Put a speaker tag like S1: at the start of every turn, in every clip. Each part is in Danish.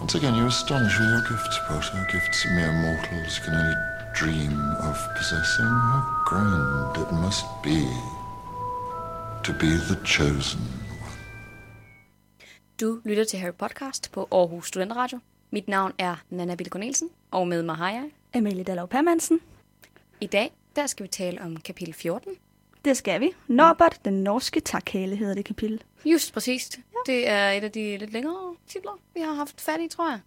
S1: Once again, you astonish with your gifts, Potter. Gifts mere mortals can only dream of possessing. How grand it must be to be the chosen.
S2: Du lytter til Harry Podcast på Aarhus Studenteradio. Mit navn er Nana Bill Cornelsen, og med mig har jeg.
S3: Amalie Dallov Permansen.
S2: I dag, der skal vi tale om kapitel 14.
S3: Det skal vi. Norbert, den norske takhale, hedder det kapitel.
S2: Just præcis. Ja. Det er et af de lidt længere titler, vi har haft fat i, tror jeg.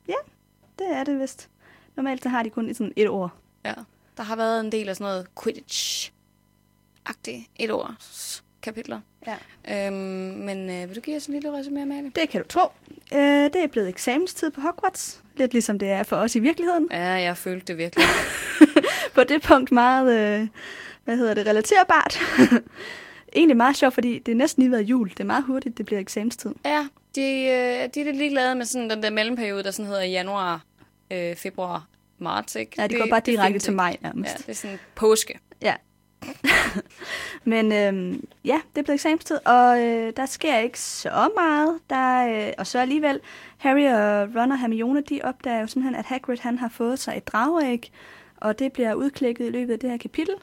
S3: Det er det vist. Normalt så har de kun et- sådan et ord.
S2: Ja. Der har været en del af sådan noget Quidditch-agtigt et års kapitler.
S3: Ja.
S2: Øhm, men øh, vil du give os en lille resume, Amalie?
S3: Det kan du tro. Øh, det er blevet eksamenstid på Hogwarts. Lidt ligesom det er for os i virkeligheden.
S2: Ja, jeg følte det virkelig.
S3: På det punkt meget, øh, hvad hedder det, relaterbart. Egentlig meget sjovt, fordi det er næsten lige været jul. Det er meget hurtigt, det bliver eksamenstid.
S2: ja, de, øh, de er lidt ligeglade med sådan den der mellemperiode, der sådan hedder januar, øh, februar, marts, ikke?
S3: Ja, det, går bare direkte
S2: findes
S3: til
S2: ikke.
S3: maj nærmest.
S2: Ja, det er sådan påske.
S3: Men øhm, ja, det blev eksamenstid, og øh, der sker ikke så meget. Der, øh, og så alligevel, Harry og Ron og Hermione, de opdager jo simpelthen, at Hagrid han har fået sig et drageæg, og det bliver udklækket i løbet af det her kapitel.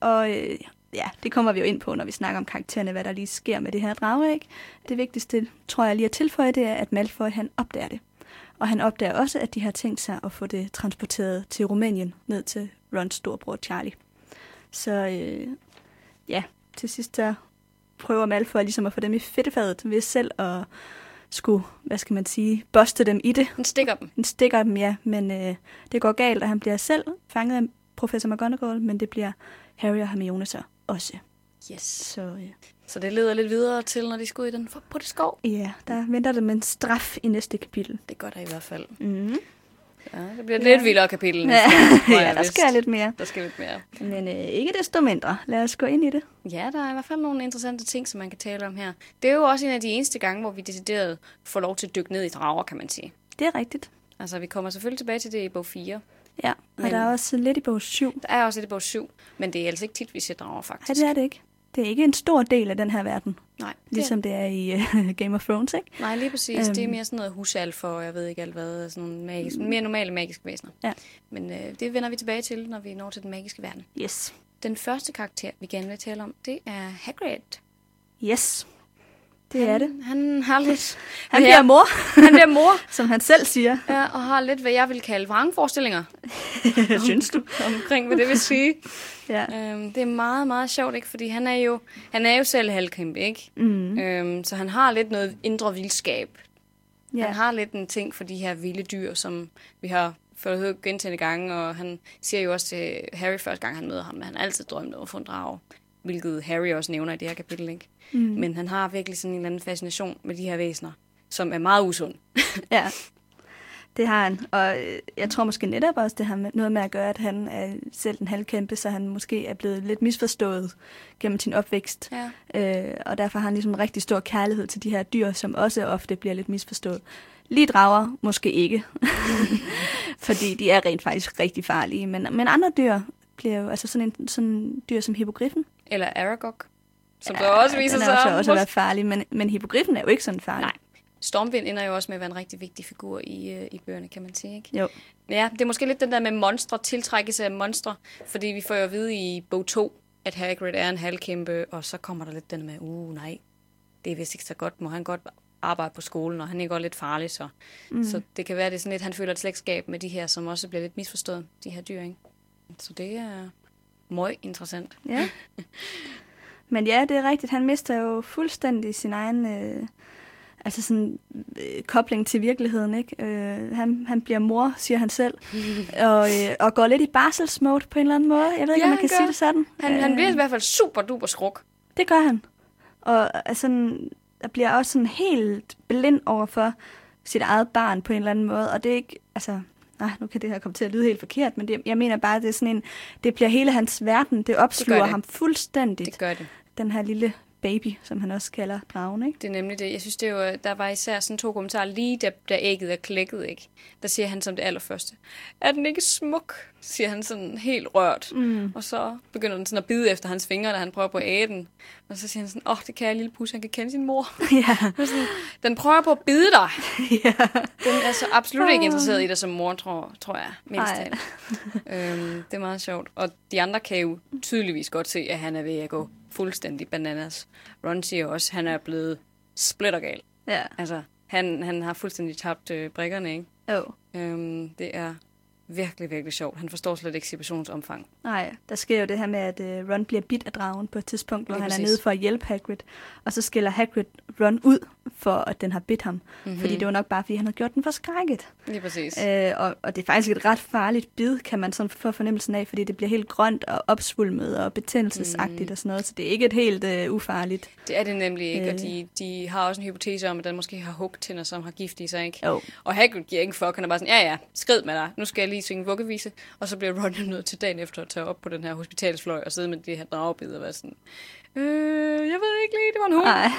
S3: Og øh, ja, det kommer vi jo ind på, når vi snakker om karaktererne, hvad der lige sker med det her drageæg. Det vigtigste, tror jeg lige at tilføje, det er, at Malfoy han opdager det. Og han opdager også, at de har tænkt sig at få det transporteret til Rumænien, ned til Rons storbror Charlie. Så øh, ja, til sidst der prøver Malfoy ligesom at få dem i fedtefadet ved selv at skulle, hvad skal man sige, boste dem i det.
S2: Den stikker dem.
S3: Han stikker dem, ja, men øh, det går galt, og han bliver selv fanget af professor McGonagall, men det bliver Harry og Hermione så også.
S2: Yes.
S3: Så øh,
S2: Så det leder lidt videre til, når de skal ud i den forbudte skov.
S3: ja, der venter dem en straf i næste kapitel.
S2: Det gør der i hvert fald.
S3: Mm.
S2: Ja, det bliver et
S3: Ja.
S2: lidt vildere kapitel.
S3: Ja,
S2: tror jeg
S3: ja, der
S2: vist.
S3: sker lidt mere.
S2: Der skal lidt mere.
S3: Men øh, ikke desto mindre. Lad os gå ind i det.
S2: Ja, der er i hvert fald nogle interessante ting, som man kan tale om her. Det er jo også en af de eneste gange, hvor vi decideret får lov til at dykke ned i drager, kan man sige.
S3: Det er rigtigt.
S2: Altså, vi kommer selvfølgelig tilbage til det i bog 4.
S3: Ja, og
S2: Men-
S3: der er også lidt i bog 7.
S2: Der er også et i bog 7, men det er altså ikke tit, vi ser drager, faktisk.
S3: Ja, det er det ikke. Det er ikke en stor del af den her verden,
S2: Nej, det
S3: ligesom det er i øh, Game of Thrones, ikke?
S2: Nej, lige præcis. Øhm. Det er
S3: Øhm. Mm.
S2: mere sådan noget husalfer, og jeg ved ikke alt hvad, sådan nogle magiske, mere normale magiske væsener.
S3: Ja.
S2: Men øh, det vender vi tilbage til, når vi når til den magiske verden.
S3: Yes.
S2: Den første karakter, vi gerne vil tale om, det er Hagrid.
S3: Yes. Det er det.
S2: Han, han har lidt...
S3: Han
S2: Ja,
S3: bliver mor,
S2: han bliver mor,
S3: som han selv siger.
S2: ja, og har lidt, hvad jeg vil kalde vrangforestillinger
S3: Synes du?
S2: omkring, hvad det vil sige.
S3: Ja.
S2: øhm, det er meget, meget sjovt, ikke? Fordi han er jo, han er jo selv halvkæmpe, ikke?
S3: Mm.
S2: Øhm, så han har lidt noget indre vildskab. Ja.
S3: ja.
S2: Han har lidt en ting for de her vilde dyr, som vi har fået hørt gentagende gange, og han siger jo også til Harry første gang, han møder ham, at han altid drømte om at få en drage, hvilket Harry også nævner i det her kapitel, ikke?
S3: Mm.
S2: Mm. Men han har virkelig sådan en eller anden fascination med de her væsener, som er meget usund.
S3: ja. Det har han. Og øh, jeg tror måske netop også, det har med- noget med at gøre, at han er selv en halvkæmpe, så han måske er blevet lidt misforstået gennem sin opvækst.
S2: Ja.
S3: Øh, og derfor har han ligesom en rigtig stor kærlighed til de her dyr, som også ofte bliver lidt misforstået. Lige drager, måske ikke. Fordi de er rent faktisk rigtig farlige. Men, men andre dyr bliver jo, altså sådan en sådan en dyr som hippogriffen.
S2: Eller Aragog, som ja, der også viser
S3: den
S2: sig.
S3: er også, også at være
S2: Måske-
S3: farlig, men, men hippogriffen er jo ikke sådan farlig.
S2: Nej. Stormvind ender jo også med at være en rigtig vigtig figur i, øh, i bøgerne, kan man sige, ikke?
S3: Jo.
S2: Ja, det er måske lidt den der med monstre, tiltrækkelse af monstre, fordi vi får jo at vide i bog 2, at Hagrid er en halvkæmpe, og så kommer der lidt den med, uh nej, det er vist ikke så godt, må han godt arbejde på skolen, og han er godt lidt farlig, så. Mm. så det kan være, det er sådan lidt, han føler et slægtskab med de her, som også bliver lidt misforstået, de her dyr, ikke? Så det er meget interessant.
S3: Ja. Men ja, det er rigtigt. Han mister jo fuldstændig sin egen øh, altså sådan, øh, kobling til virkeligheden. Ikke? Øh, han, han bliver mor, siger han selv, og, øh, og går lidt i barselsmode på en eller anden måde. Jeg ved
S2: Ja,
S3: ikke, om man
S2: han
S3: kan
S2: gør.
S3: sige det sådan.
S2: Han, øh. han bliver i hvert fald super duper skruk.
S3: Det gør han. Og altså, der bliver også sådan helt blind over for sit eget barn på en eller anden måde. Og det er ikke, altså, nej, nu kan det her komme til at lyde helt forkert, men det, jeg mener bare, det er sådan en, det bliver hele hans verden, det opsluger
S2: det.
S3: ham fuldstændigt
S2: Det gør det.
S3: den her lille baby, som han også kalder dragen, ikke?
S2: Det er nemlig det. Jeg synes, det var, der var især sådan to kommentarer lige, da, da ægget er klækket, ikke? Der siger han som det allerførste, er den ikke smuk? Siger han sådan helt rørt. Mm. Og så begynder den sådan at bide efter hans fingre, da han prøver på at æde den. Og så siger han sådan, åh, oh, det kan jeg lille pus, han kan kende sin mor.
S3: ja.
S2: Og sådan, den prøver på at bide dig.
S3: ja.
S2: Den er så absolut ikke interesseret i dig som mor, tror, tror jeg. Mest
S3: Ej.
S2: talt. øhm, det er meget sjovt. Og de andre kan jo tydeligvis godt se, at han er ved at gå fuldstændig bananas. Ron siger også, at han er blevet splittergal.
S3: Ja.
S2: Altså, han, han har fuldstændig tabt øh, brækkerne, ikke?
S3: Jo.
S2: Øhm, det er virkelig, virkelig sjovt. Han forstår slet ikke situationens omfang.
S3: Nej, der sker jo det her med, at øh, Ron bliver bidt af dragen på et tidspunkt, hvor
S2: Lige
S3: han
S2: præcis.
S3: er nede for at hjælpe Hagrid. Og så skiller Hagrid Ron ud for, at den har bidt ham. Mm-hmm. Fordi det var nok bare, fordi han havde gjort den forskrækket.
S2: Lige præcis.
S3: Øh, og, og det er faktisk et ret farligt bid, kan man sådan få fornemmelsen af, fordi det bliver helt grønt og opsvulmet og betændelsesagtigt mm. og sådan noget. Så det er ikke et helt øh, ufarligt.
S2: Det er det nemlig ikke, og
S3: Øh.
S2: de, de har også en hypotese om, at den måske har hugtænder, som har gift i sig, ikke?
S3: Jo.
S2: Og Hagrid giver ikke fuck, han er bare sådan, ja ja, skrid med dig, nu skal jeg lige synge vuggevise, og så bliver Ron jo nødt til dagen efter at tage op på den her hospitalsfløj og sidde med det her dragebid og være sådan, øh, jeg ved ikke lige, det var en hund.
S3: Nej,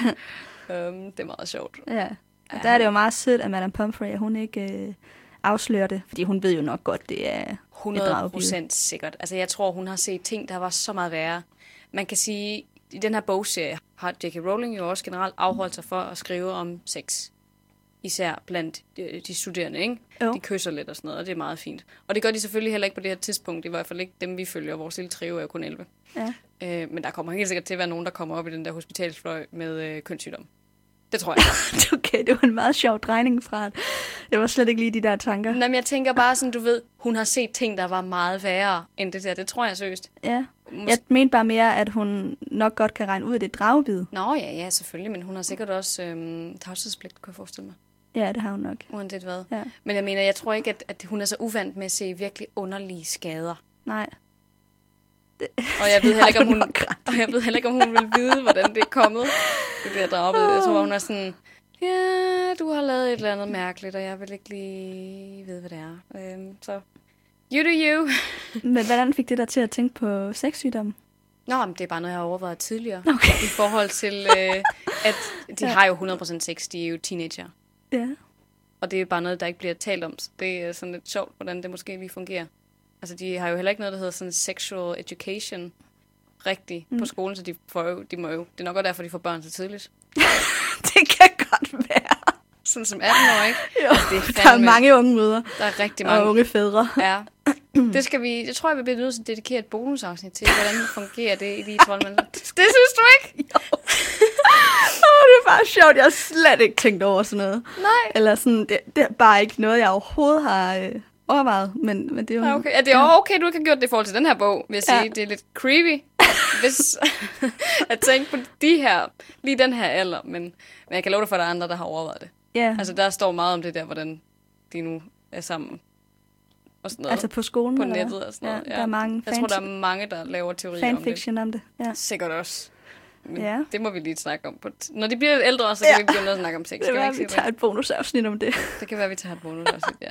S2: Øhm, det er meget sjovt.
S3: ja. Og der er det jo meget sødt, at Madame Pomfrey, at hun ikke øh, afslører det. Fordi hun ved jo nok godt, det er et
S2: 100
S3: dragebid.
S2: procent sikkert. Altså, jeg tror, hun har set ting, der var så meget værre. Man kan sige, i den her bogserie har J.K. Rowling jo også generelt afholdt sig for at skrive om sex. Især blandt øh, de studerende, ikke?
S3: Jo.
S2: De kysser lidt og sådan noget, og det er meget fint. Og det gør de selvfølgelig heller ikke på det her tidspunkt. I hvert fald ikke dem, vi følger. Vores lille trio er jo kun 11.
S3: Ja.
S2: Øh, men der kommer helt sikkert til at være nogen, der kommer op i den der hospitalsfløj med øh, kønssygdom. Det tror jeg.
S3: Okay, det var en meget sjov drejning fra. Det var slet ikke lige de der tanker.
S2: Nå, men jeg tænker bare sådan, du ved, hun har set ting, der var meget værre end det der. Det tror jeg seriøst.
S3: Ja. Jeg mente bare mere, at hun nok godt kan regne ud, at det er dragebid.
S2: Nå ja, ja, selvfølgelig, men hun har sikkert også øhm, tavshedspligt, kunne jeg forestille mig,
S3: Ja, det har hun nok.
S2: uanset hvad.
S3: Ja.
S2: Men jeg mener, jeg tror ikke, at, at hun er så uvant med at se virkelig underlige skader.
S3: Nej.
S2: Og jeg ved
S3: Det
S2: heller ikke,
S3: har
S2: om
S3: du
S2: hun,
S3: nok ret
S2: og jeg ved heller ikke, om hun vil vide, hvordan det er kommet, det der drabet. Jeg tror, hun er sådan, ja, du har lavet et eller andet mærkeligt, og jeg vil ikke lige vide, hvad det er. Øhm, så, you do you.
S3: Men hvordan fik det der til at tænke på sexsygdomme?
S2: Nå, men det er bare noget, jeg har overvejet tidligere.
S3: Okay.
S2: I forhold til, øh, at de har jo 100% sex, de er jo teenager.
S3: Ja.
S2: Og det er bare noget, der ikke bliver talt om. Så det er sådan lidt sjovt, hvordan det måske lige fungerer. Altså, de har jo heller ikke noget, der hedder sådan sexual education rigtigt mm. på skolen, så de, får jo, de må jo... Det er nok også derfor, de får børn så tidligt.
S3: det kan godt være.
S2: Sådan som 18 år, ikke?
S3: Jo,
S2: Altså, det er
S3: der er
S2: fandme-
S3: mange unge møder
S2: Der er rigtig
S3: og
S2: mange.
S3: unge fædre.
S2: Ja. Det skal vi... Jeg tror, jeg vi bliver nødt til at dedikere et bonusafsnit til, hvordan fungerer det i de 12 måneder. Det synes du ikke?
S3: Åh, det er bare sjovt. Jeg har slet ikke tænkt over sådan noget.
S2: Nej.
S3: Eller sådan, det, det er bare ikke noget, jeg overhovedet har øh, overvejet. Men, men det er jo...
S2: Ja, Ah, okay. Ja, det er også okay, du ikke har gjort det i forhold til den her bog, vil jeg sige.
S3: Mm. Ja.
S2: Det er lidt creepy, hvis at tænke på de her, lige den her alder. Men, men jeg kan love dig for, at der er andre, der har overvejet det.
S3: Ja, altså,
S2: Altså, der står meget om det der, hvordan de nu er sammen. Og sådan noget.
S3: altså på skolen
S2: på
S3: eller hvad?
S2: nettet og sådan
S3: ja,
S2: noget.
S3: Der er mange
S2: Jeg
S3: fans,
S2: tror, der er mange, der laver teorier om
S3: fanfiction om det. Ja.
S2: det. Sikkert også. Men
S3: Ja.
S2: det må vi lige snakke om. På t- Når de bliver lidt ældre, så kan
S3: Ja.
S2: ja. vi begynde at snakke om sex.
S3: Det
S2: Skal
S3: kan
S2: vi
S3: være,
S2: ikke
S3: at vi
S2: sige det?
S3: tager et bonusafsnit om det.
S2: Det kan være, at vi tager et bonus også, ja.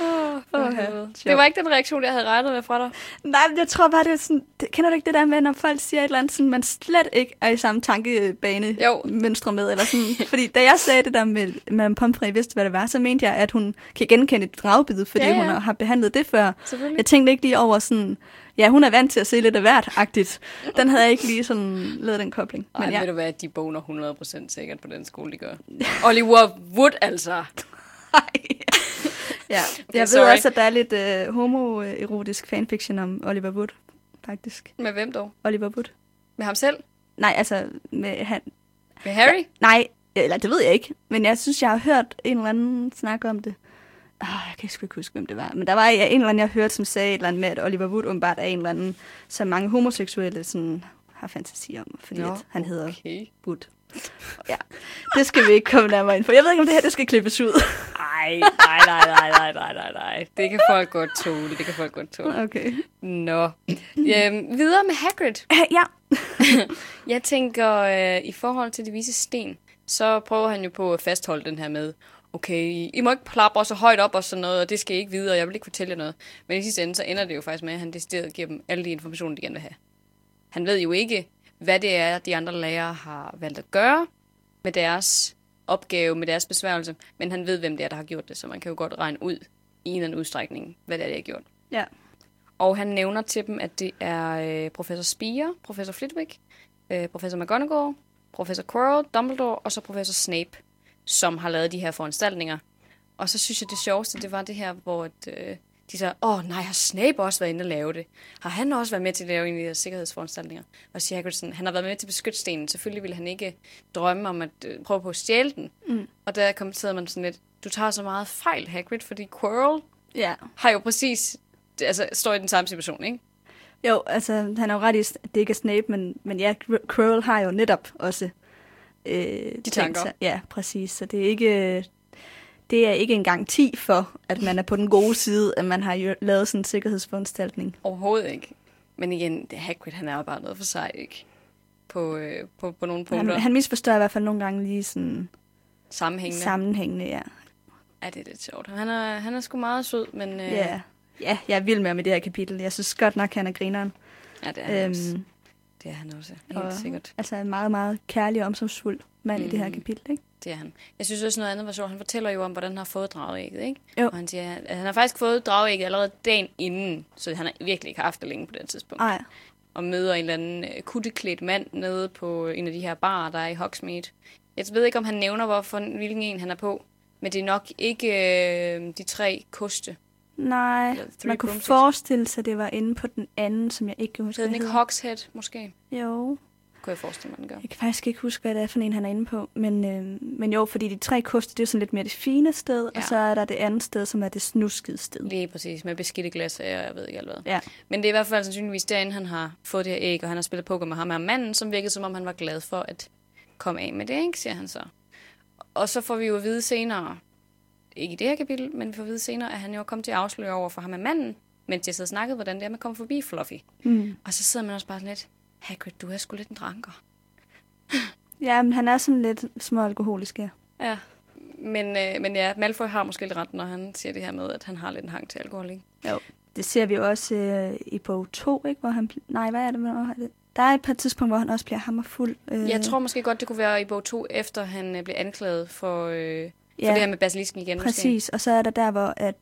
S2: Oh,
S3: okay.
S2: Det var ikke den reaktion, jeg havde regnet med fra dig.
S3: Nej, men jeg tror bare, det er sådan... Det, kender du ikke det der med, når folk siger et eller andet, sådan, man slet ikke er i samme tankebane
S2: Jo.
S3: mønstre med? Eller sådan. Fordi da jeg sagde det der med, man Pomfrey vidste, hvad det var, så mente jeg, at hun kan genkende et dragbid, fordi
S2: Ja,
S3: ja,
S2: ja.
S3: ja. hun har behandlet det før.
S2: Selvfølgelig.
S3: Jeg tænkte ikke lige over sådan... Ja, hun er vant til at se lidt af hvert-agtigt. Den havde jeg ikke lige sådan lavet den kobling.
S2: Men Ej,
S3: ja.
S2: ved du hvad, de boner 100% sikkert på den skole, de gør. Oliver Wood, altså.
S3: ja.
S2: Okay,
S3: Jeg ved
S2: sorry.
S3: også, at der er lidt øh, homoerotisk fanfiction om Oliver Wood, faktisk.
S2: Med hvem dog?
S3: Oliver Wood.
S2: Med ham selv?
S3: Nej, altså, med, han,
S2: Med Harry? Ja.
S3: Nej, eller det ved jeg ikke. Men jeg synes, jeg har hørt en eller anden snakke om det. Oh, jeg kan sgu ikke huske, hvem det var. Men der var ja, en eller anden, jeg hørte, som sagde et eller andet med, at Oliver Wood åbenbart er en eller anden, som mange homoseksuelle sådan, har fantasi om, fordi
S2: Nå,
S3: Nå, at han okay. hedder
S2: Okay.
S3: Wood. Ja, det skal vi ikke komme nærmere ind på. Jeg ved ikke, om det her det skal klippes ud.
S2: Ej, nej, nej, nej, nej, nej, nej, nej. Det kan folk godt tåle, det kan folk godt tåle.
S3: Okay.
S2: Nå. Øhm, videre med Hagrid.
S3: Ja,
S2: Jeg tænker, øh, i forhold til de vise sten, så prøver han jo på at fastholde den her med, okay, I må ikke plapre så højt op og sådan noget, og det skal I ikke vide, og jeg vil ikke fortælle jer noget. Men i sidste ende, så ender det jo faktisk med, at han decideret giver dem alle de informationer, de gerne vil have. Han ved jo ikke, hvad det er, de andre lærere har valgt at gøre med deres opgave, med deres besværgelse. Men han ved, hvem det er, der har gjort det, så man kan jo godt regne ud i en eller anden udstrækning, hvad det er, de har gjort.
S3: Ja.
S2: Og han nævner til dem, at det er øh, professor Speer, professor Flitwick, øh, professor McGonagall, professor Quirrell, Dumbledore og så professor Snape, som har lavet de her foranstaltninger. Og så synes jeg, det sjoveste, det var det her, hvor at, øh, de så, åh nej, har Snape også været inde og lave det? Har han også været med til at lave en af de her sikkerhedsforanstaltninger? Og siger Hagrid sådan, han har været med til beskyttestenen. Selvfølgelig ville han ikke drømme om at øh, prøve på at stjæle den.
S3: Mm.
S2: Og der kommenterede man sådan lidt, du tager så meget fejl, Hagrid, fordi Quirrell
S3: Ja.
S2: har jo præcis, altså står i den samme situation, ikke?
S3: Jo, altså, han har jo ret i, at det ikke er Snape, men, men ja, Quir- Quirrell har jo netop også øh, De
S2: tanker.
S3: ja, præcis. Så det er ikke... Det er ikke en garanti for, at man er på den gode side, at man har jo lavet sådan en sikkerhedsforanstaltning.
S2: Overhovedet ikke. Men igen, det Hagrid, han er jo bare noget for sig, ikke? På, øh, på, på nogle
S3: Han,
S2: punkter. Han, han...
S3: han misforstår i hvert fald nogle gange lige sådan
S2: Sammenhængende. Sam...
S3: sammenhængende, ja.
S2: Ja, det er lidt sjovt. Han er, han er sgu meget sød, men øh,
S3: Ja. ja, jeg er vild med ham i det her kapitel. Jeg synes godt nok, han er grineren.
S2: ja, det er han også.
S3: Øhm,
S2: Det er han også, helt
S3: og-
S2: sikkert.
S3: altså en meget, meget kærlig og omsorgsfuld mand mm. i det her
S2: Mhm.
S3: kapitel, ikke?
S2: Det er han. Jeg synes også noget andet var sjovt. Han fortæller jo om, hvordan han har fået drageægget, ikke?
S3: Jo.
S2: Og han siger, at han har faktisk fået drageægget allerede dagen inden, så han har virkelig ikke haft det længe på det her tidspunkt.
S3: Ej,
S2: og møder en eller anden øh, kutteklædt mand nede på en af de her barer, der er i Hogsmeade. Jeg ved ikke, om han nævner, hvorfor, hvilken en han er på, men det er nok ikke øh, de tre koste.
S3: nej.
S2: Eller Three
S3: Man kunne
S2: Broomsticks.
S3: forestille sig, at det var inde på den anden, som jeg ikke kan huske,
S2: Hedder den ikke Hogshead, måske?
S3: Jo,
S2: Kunne jeg forestille mig, den gør.
S3: jeg kan faktisk ikke huske, hvad det er for en, han er inde på. Men, øh, men jo, fordi de tre koster, det er jo sådan lidt mere det fine sted, ja.
S2: Ja.
S3: og så er der det andet sted, som er det snuskede sted.
S2: Lige præcis, med beskidte glas, og jeg ved ikke alt hvad.
S3: Ja.
S2: Men det er i hvert fald sandsynligvis derinde, han har fået det her æg, og han har spillet poker med ham her manden, som virkede som om, han var glad for at komme af med det, ikke? siger han så. Og så får vi jo at vide senere, ikke i det her kapitel, men vi får at vide senere, at han jo er kommet til at afsløre over for ham af manden, mens jeg sad og snakkede, hvordan det er, man kommer forbi Fluffy.
S3: Mm.
S2: Og så sidder man også bare sådan lidt, Hagrid, du er sgu lidt en dranker.
S3: Ja, men han er sådan lidt småalkoholisk, ja.
S2: Ja. Men, øh, men ja, Malfoy har måske lidt ret, når han siger det her med, at han har lidt en hang til alkohol, ikke?
S3: Det ser vi jo også øh, i bog 2, ikke? Hvor han... bl- Nej, hvad er det? Hvornår er det? Der er et par tidspunkter, hvor han også bliver hammerfuld. Øh,
S2: Jeg tror måske godt, det kunne være i bog 2, efter han øh, blev anklaget for, øh, for
S3: ja,
S2: det her med basilisken igen. Måske.
S3: præcis. Og så er der der, hvor at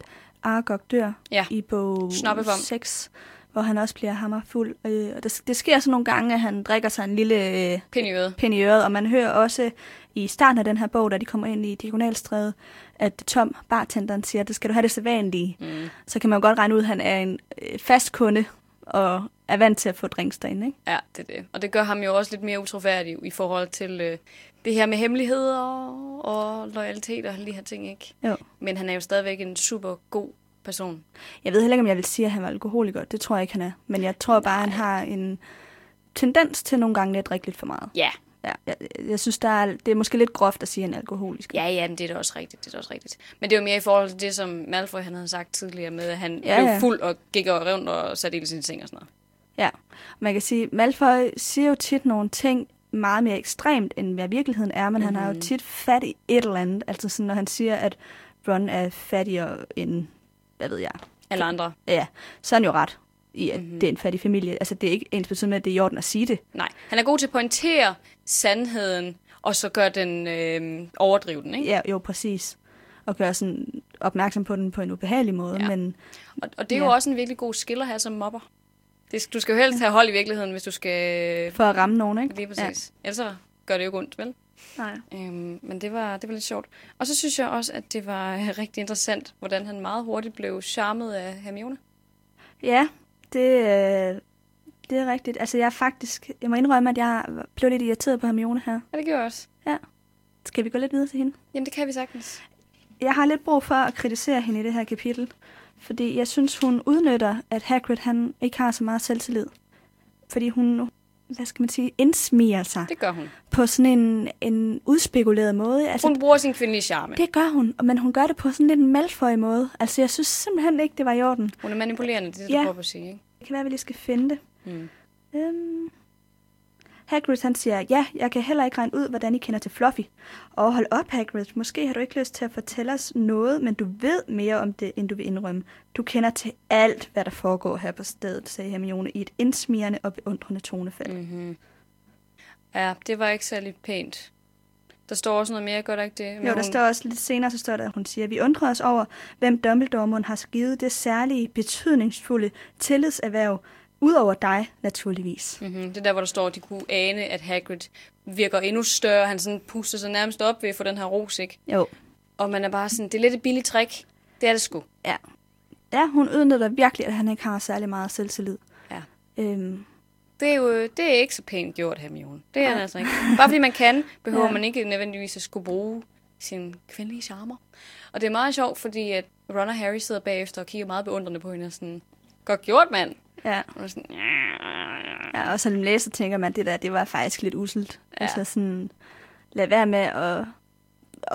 S3: Aragog dør
S2: Ja.
S3: i bog
S2: Snoppebom.
S3: 6, hvor han også bliver hammerfuld. Øh, og det, det sker så nogle gange, at han drikker sig en lille øh,
S2: Pind i øret.
S3: pind i øret, og man hører også i starten af den her bog, da de kommer ind i Diagonalstræde, at Tom, bartenderen, siger, at skal du have det sædvanlige.
S2: Mm.
S3: Så kan man jo godt regne ud, at han er en øh, fast kunde og er vant til at få drinks derinde, ikke?
S2: Ja, det er det. Og det gør ham jo også lidt mere utroværdig i forhold til øh, det her med hemmeligheder og, og loyalitet og alle de her ting, ikke?
S3: Jo.
S2: Men han er jo stadigvæk en super god person.
S3: Jeg ved heller ikke, om jeg vil sige, at han var alkoholiker. Det tror jeg ikke, han er. Men jeg tror bare, han har en tendens til nogle gange at drikke lidt for meget.
S2: Ja.
S3: Ja, jeg, jeg synes, der er, det er måske lidt groft at sige, at han er alkoholisk.
S2: Ja, ja, men det er da også rigtigt, det er da også rigtigt. Men det er jo mere i forhold til det, som Malfoy han havde sagt tidligere med, at han
S3: Ja,
S2: ja, blev
S3: ja.
S2: fuld og gik og rundt og satte ild i sin seng og sådan noget.
S3: Ja, man kan sige, Malfoy siger jo tit nogle ting meget mere ekstremt, end hvad virkeligheden er, men mm. han
S2: Mhm.
S3: har jo tit fat i et eller andet. Altså sådan, når han siger, at Ron er fattigere end, hvad ved jeg,
S2: Alle andre.
S3: ja, så er han jo ret i, at
S2: Mhm.
S3: mm. det er en fattig familie. Altså, det er ikke ens betydende med, at det er i orden at sige det.
S2: Nej. Han er god til at pointere sandheden, og så gør den øh, overdrive den, ikke?
S3: Ja, jo, præcis. Og gøre sådan opmærksom på den på en ubehagelig måde, ja.
S2: Ja.
S3: men
S2: Og, og det er ja. jo
S3: Ja.
S2: også en virkelig god skill at have som mobber. Det, du skal jo helst have hold i virkeligheden, hvis du skal... øh,
S3: for at ramme nogen, ikke?
S2: Lige præcis. Ja. Ellers så gør det jo ikke ondt, vel?
S3: Ja. Nej.
S2: Øhm, men det var, det var lidt sjovt. Og så synes jeg også, at det var øh, rigtig interessant, hvordan han meget hurtigt blev charmet af Hermione.
S3: Ja, det, øh, det er rigtigt. Altså, jeg er faktisk, jeg må indrømme, at jeg blev lidt irriteret på Hermione her.
S2: Ja, det gjorde jeg også.
S3: Skal vi gå lidt videre til hende?
S2: Jamen, det kan vi sagtens.
S3: Jeg har lidt brug for at kritisere hende i det her kapitel, fordi jeg synes, hun udnytter, at Hagrid han ikke har så meget selvtillid. Fordi hun, hvad skal man sige, indsmiger sig
S2: Det gør hun.
S3: på sådan en, en udspekuleret måde. Altså,
S2: Hun bruger sin kvindelige charme.
S3: det gør hun, men hun gør det på sådan lidt en malføj måde. Altså, jeg synes simpelthen ikke, det var i orden.
S2: Hun er manipulerende, det er det, du
S3: Ja.
S2: prøver på at sige, ikke?
S3: Det kan være, at vi lige skal finde det.
S2: Mm.
S3: Øhm. Hagrid han siger, ja, jeg kan heller ikke regne ud, hvordan I kender til Fluffy. Og hold op, Hagrid, måske har du ikke lyst til at fortælle os noget, men du ved mere om det, end du vil indrømme. Du kender til alt, hvad der foregår her på stedet, sagde Hermione i et indsmirrende og beundrende tonefald.
S2: Mm-hmm. Ja, det var ikke særlig pænt. Der står også noget mere, gør der ikke det? Men
S3: Jo, der
S2: hun-
S3: står også lidt senere, så står der, at hun siger, vi undrer os over, hvem Dumbledore har givet det særlige, betydningsfulde tillidserhverv, udover dig naturligvis.
S2: Mm-hmm. Det er der, hvor der står, at de kunne ane, at Hagrid virker endnu større. Han sådan puster sig nærmest op ved at få den her ros, ikke?
S3: Jo.
S2: Og man er bare sådan, det er lidt et billigt trick. Det er det sgu.
S3: Ja. Ja, hun udnytter virkelig, at han ikke har særlig meget selvtillid.
S2: Ja.
S3: Øhm,
S2: Det er jo det er ikke så pænt gjort, Hermione. Det er han
S3: Nej.
S2: altså ikke. Bare fordi man kan, behøver
S3: Ja.
S2: man ikke nødvendigvis at skulle bruge sin kvindelige charmer. Og det er meget sjovt, fordi at Ron og Harry sidder bagefter og kigger meget beundrende på hende og sådan, godt gjort, mand.
S3: ja.
S2: Og hun er sådan,
S3: ja, og som læser tænker man, det der, det var faktisk lidt uselt.
S2: Ja.
S3: Ja. Altså sådan, lad være med at,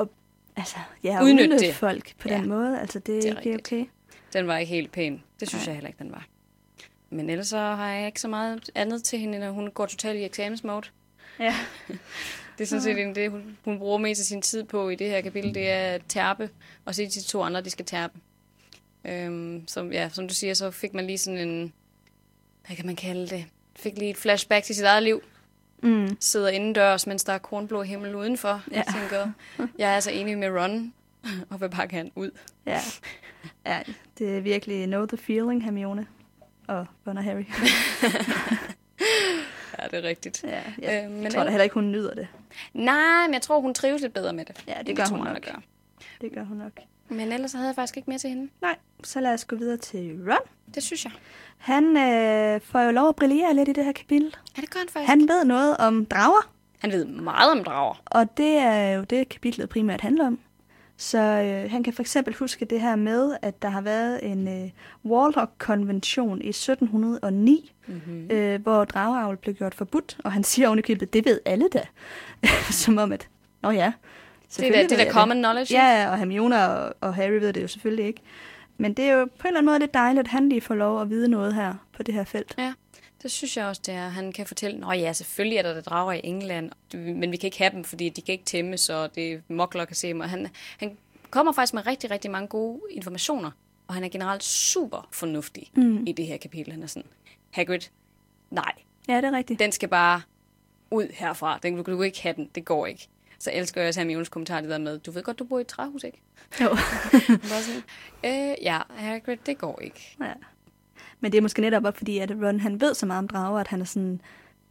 S3: at altså, ja, at
S2: Udnytte
S3: udnytte
S2: det.
S3: folk på
S2: Ja.
S3: den måde. Altså, det er,
S2: Det er
S3: det er ikke
S2: rigtigt.
S3: okay.
S2: Den var ikke helt pæn. Det synes
S3: Nej.
S2: jeg heller ikke, den var. Men ellers så har jeg ikke så meget andet til hende, når hun går totalt i eksamensmode.
S3: Ja.
S2: Det er sådan set egentlig det, hun, hun bruger mest af sin tid på i det her kapitel, det er at terpe, og se de to andre, de skal terpe. Øhm, som, ja, som du siger, så fik man lige sådan en, hvad kan man kalde det, fik lige et flashback til sit eget liv,
S3: Mm.
S2: sidder indendørs, mens der er kornblå himmel udenfor. Ja. Jeg
S3: Ja.
S2: tænker, jeg er altså enig med Ron, og vil bare gerne ud.
S3: Ja. ja, det er virkelig know the feeling, Hermione. Og Ron og Harry.
S2: Ja, det er rigtigt.
S3: ja, jeg
S2: Øh,
S3: øh,
S2: men
S3: men tror da
S2: ellers-
S3: heller ikke, hun nyder det.
S2: Nej, men jeg tror, hun trives lidt bedre med det.
S3: Ja, det
S2: End
S3: gør
S2: tror
S3: hun
S2: jeg,
S3: nok.
S2: der gør.
S3: Det gør hun nok.
S2: Men ellers så havde jeg faktisk ikke mere til hende.
S3: Nej, så lad os gå videre til Ron.
S2: Det synes jeg.
S3: Han øh, får jo lov at brillere lidt i det her kapitel.
S2: Er det godt faktisk? Han,
S3: Han ved noget om drager,
S2: han ved meget om drager.
S3: og det er jo det, kapitlet primært handler om. Så øh, han kan for eksempel huske det her med, at der har været en øh, Warlock-konvention i 1709,
S2: Mm-hmm.
S3: øh, hvor drageavl blev gjort forbudt, og han siger ovenikøbet, det ved alle da. Som om at, nå ja,
S2: Det er da,
S3: selvfølgelig
S2: det
S3: ved
S2: er da
S3: jeg
S2: common knowledge. ikke?
S3: Ja, og Hermione og, og Harry ved det jo selvfølgelig ikke. Men det er jo på en eller anden måde lidt dejligt, at han lige får lov at vide noget her på det her felt.
S2: Det synes jeg også, det er. Han kan fortælle, Nå ja, selvfølgelig er der, der drager i England, men vi kan ikke have dem, fordi de kan ikke tæmmes, og det mokler kan se mig. Han, han kommer faktisk med rigtig, rigtig mange gode informationer, og han er generelt super fornuftig mm. i det her kapitel. Han er sådan, Hagrid, nej,
S3: Ja, det er rigtigt.
S2: den skal bare ud herfra. Den, du, du kan ikke have den. Det går ikke. Så elsker jeg også Hermiones kommentar, det der med, du ved godt, du bor i et træhus, ikke?
S3: Jo.
S2: Han var sådan, øh, ja, Hagrid, det går ikke.
S3: ja. Men det er måske netop også fordi, at Ron han ved så meget om drager, at han er sådan,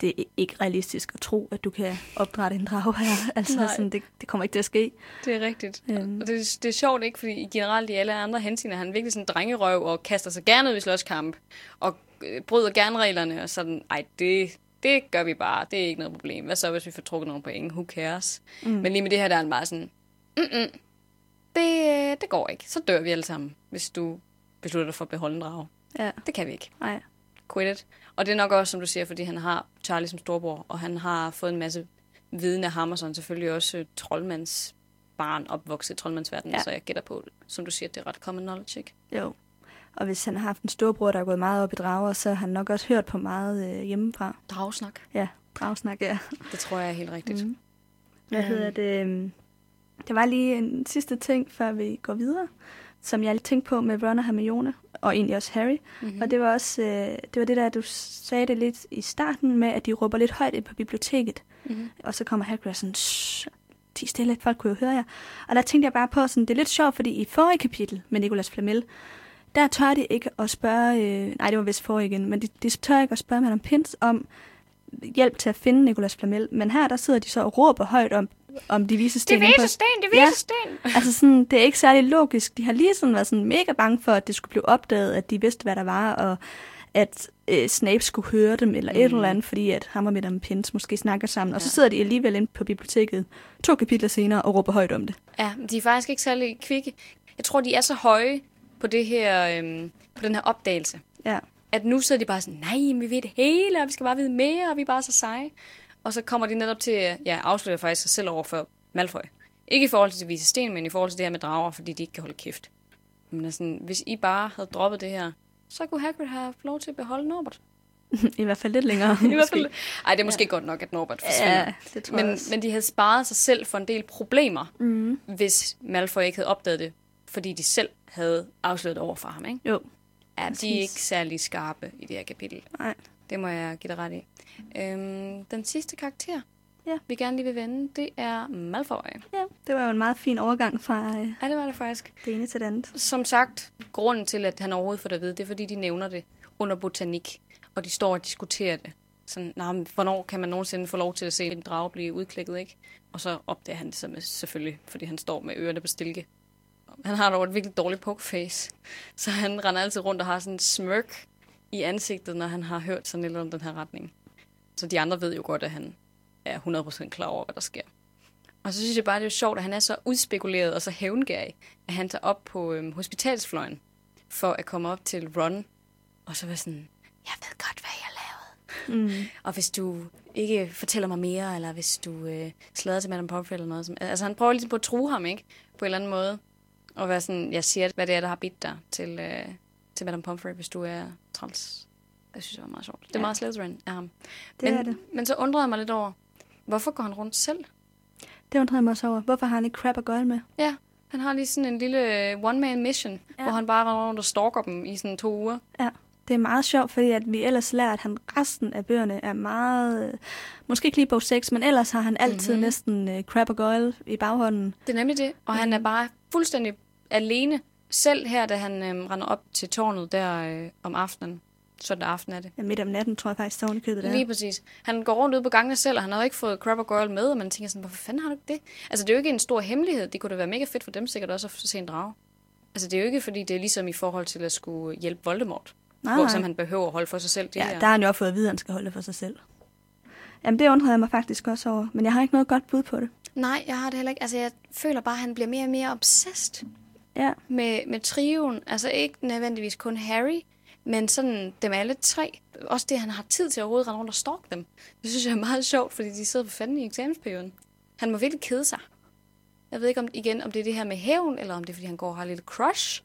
S3: det er ikke realistisk at tro, at du kan opdrætte en drage her. Altså
S2: Nej.
S3: sådan, det, det kommer ikke til at ske.
S2: Det er rigtigt.
S3: Øhm.
S2: Og det, det er sjovt, ikke? Fordi i generelt i alle andre hensigner, er han virkelig sådan en drengerøv og kaster sig gerne ud i slåskamp og øh, bryder gerne reglerne og sådan, ej, det, det gør vi bare. Det er ikke noget problem. Hvad så, hvis vi får trukket nogle point? Who cares? Mm. Men lige med det her, der er han bare sådan, Mm-mm. Det, øh, det går ikke. Så dør vi alle sammen, hvis du beslutter dig for at beholde en drage.
S3: Ja,
S2: Det kan vi ikke.
S3: nej.
S2: Quit it. Og det er nok også, som du siger, fordi han har Charlie som storbror, og han har fået en masse viden af ham, og så er han selvfølgelig også øh, troldmands barn opvokset i troldmandsverdenen, ja.
S3: Ja.
S2: så jeg gætter på, som du siger, det er ret common knowledge, ikke?
S3: Jo. Og hvis han har haft en storbror, der er gået meget op i drager, så har han nok også hørt på meget øh, hjemmefra.
S2: Dragsnak.
S3: Ja, dragsnak, ja.
S2: Det tror jeg er helt rigtigt. Mm.
S3: Hvad hedder det? øhm, Der var lige en sidste ting, før vi går videre, som jeg lige tænkte på med Ron og Hermione, og egentlig også Harry. Mm-hmm. Og det var også øh, det, var det der, du sagde det lidt i starten med, at de råber lidt højt ind på biblioteket.
S2: Mhm.
S3: Mm-hmm. Og så kommer Hagrid og sådan, "Shh, ti stille, folk kunne jo høre jer. Og der tænkte jeg bare på, sådan, det er lidt sjovt, fordi i forrige kapitel med Nicolas Flamel, der tør de ikke at spørge, øh, nej det var vist forrige igen, men de, de tør ikke at spørge Madame Pins om hjælp til at finde Nicolas Flamel. Men her, der sidder de så og råber højt om, om de viser sten. inde på-
S2: sten, det
S3: Ja. viser
S2: sten!
S3: Altså sådan, det er ikke særlig logisk. De har lige sådan været sådan mega bange for, at det skulle blive opdaget, at de vidste, hvad der var, og at øh, Snape skulle høre dem, eller mm. et eller andet, fordi at ham og Madame Pins måske snakker sammen. Og så sidder de alligevel inde på biblioteket to kapitler senere og råber højt om det.
S2: Ja, de er faktisk ikke særlig kvikke. Jeg tror, de er så høje på, det her, øhm, på den her opdagelse,
S3: Ja,
S2: at nu sidder de bare sådan, nej, men vi ved det hele, og vi skal bare vide mere, og vi er bare så seje. Og så kommer de netop til, at ja, afslører faktisk sig selv over for Malfoy. Ikke i forhold til det vise sten, men i forhold til det her med drager, fordi de ikke kan holde kæft. Men er sådan, hvis I bare havde droppet det her, så kunne Hagrid have haft lov til at beholde Norbert.
S3: i hvert fald lidt længere.
S2: I hvert fald. Ej, det er måske ja. godt nok, at Norbert forsvinder.
S3: Ja, det tror jeg
S2: Men,
S3: også. Mhm.
S2: men de havde sparet sig selv for en del problemer, mm. hvis Malfoy ikke havde opdaget det, fordi de selv havde afsløret over for ham. Ikke?
S3: Jo,
S2: Ja, de er
S3: Præcis.
S2: ikke særlig skarpe i det her kapitel.
S3: nej.
S2: Det må jeg give dig ret i. Øhm, den sidste karakter,
S3: Ja.
S2: vi gerne lige vil vende, det er Malfoy.
S3: Ja, det var jo en meget fin overgang fra øh,
S2: Ja, det var det faktisk.
S3: det ene til det andet.
S2: Som sagt, grunden til, at han overhovedet får det at vide, det er, fordi de nævner det under botanik, og de står og diskuterer det. Sådan, nah, men hvornår kan man nogensinde få lov til at se en drage blive udklækket, ikke? Og så opdager han det så med, selvfølgelig, fordi han står med ørerne på stilke. Han har dog et virkelig dårligt pokeface, så han render altid rundt og har sådan en smirk i ansigtet, når han har hørt sådan lidt om den her retning. Så de andre ved jo godt, at han er 100% klar over, hvad der sker. Og så synes jeg bare, det er sjovt, at han er så udspekuleret og så hævngærig, at han tager op på øhm, hospitalsfløjen for at komme op til Ron. Og så være sådan, jeg ved godt, hvad jeg lavede. Mm. Og hvis du ikke fortæller mig mere, eller hvis du øh, slader til Madame Pomfrey eller noget. Som, altså han prøver ligesom på at true ham, ikke? På en eller anden måde. Og være sådan, jeg siger, hvad det er, der har bidt dig til, øh, til Madame Pomfrey, hvis du er trans. Jeg synes, det var meget sjovt. Det er
S3: Ja.
S2: ja. meget Slytherin af ham.
S3: Det
S2: men,
S3: er det.
S2: men så undrede jeg mig lidt over, hvorfor går han rundt selv?
S3: Det undrede jeg mig også over. Hvorfor har han ikke crap at gøre med?
S2: Ja, han har lige sådan en lille øh, one-man mission,
S3: Ja.
S2: ja. hvor han bare render rundt og stalker dem i sådan to uger.
S3: Ja, det er meget sjovt, fordi at vi ellers lærer, at han resten af bøgerne er meget... øh, Måske ikke lige bog 6, men ellers har han altid mm-hmm. næsten øh, crap og gøjl i baghånden.
S2: Det er nemlig det, og mm. han er bare fuldstændig alene. Selv her, da han øh, render op til tårnet der øh, om aftenen. Søndag aften er det.
S3: Ja, midt om natten, tror jeg faktisk, så købet
S2: Ja.
S3: der.
S2: Lige præcis. Han går rundt ude på gangene selv, og han har jo ikke fået Crab og Girl med, og man tænker sådan, hvorfor fanden har du ikke det? Altså, det er jo ikke en stor hemmelighed. Det kunne da være mega fedt for dem sikkert også at se en drage. Altså, det er jo ikke, fordi det er ligesom i forhold til at skulle hjælpe Voldemort.
S3: Nej,
S2: hvor
S3: nej.
S2: som han behøver at holde for sig selv. Det
S3: Ja,
S2: her.
S3: der har han jo også fået at vide, at han skal holde det for sig selv. Jamen, det undrede jeg mig faktisk også over, men jeg har ikke noget godt bud på det.
S2: Nej, jeg har det heller ikke. Altså, jeg føler bare, at han bliver mere og mere obsessed
S3: Ja,
S2: med, med trioen. Altså, ikke nødvendigvis kun Harry, men sådan dem alle tre. Også det, han har tid til at overhovedet rende rundt og stalke dem. Det synes jeg er meget sjovt, fordi de sidder for fanden i eksamensperioden. Han må virkelig kede sig. Jeg ved ikke om, igen, om det er det her med hævn, eller om det er, fordi han går og har lidt crush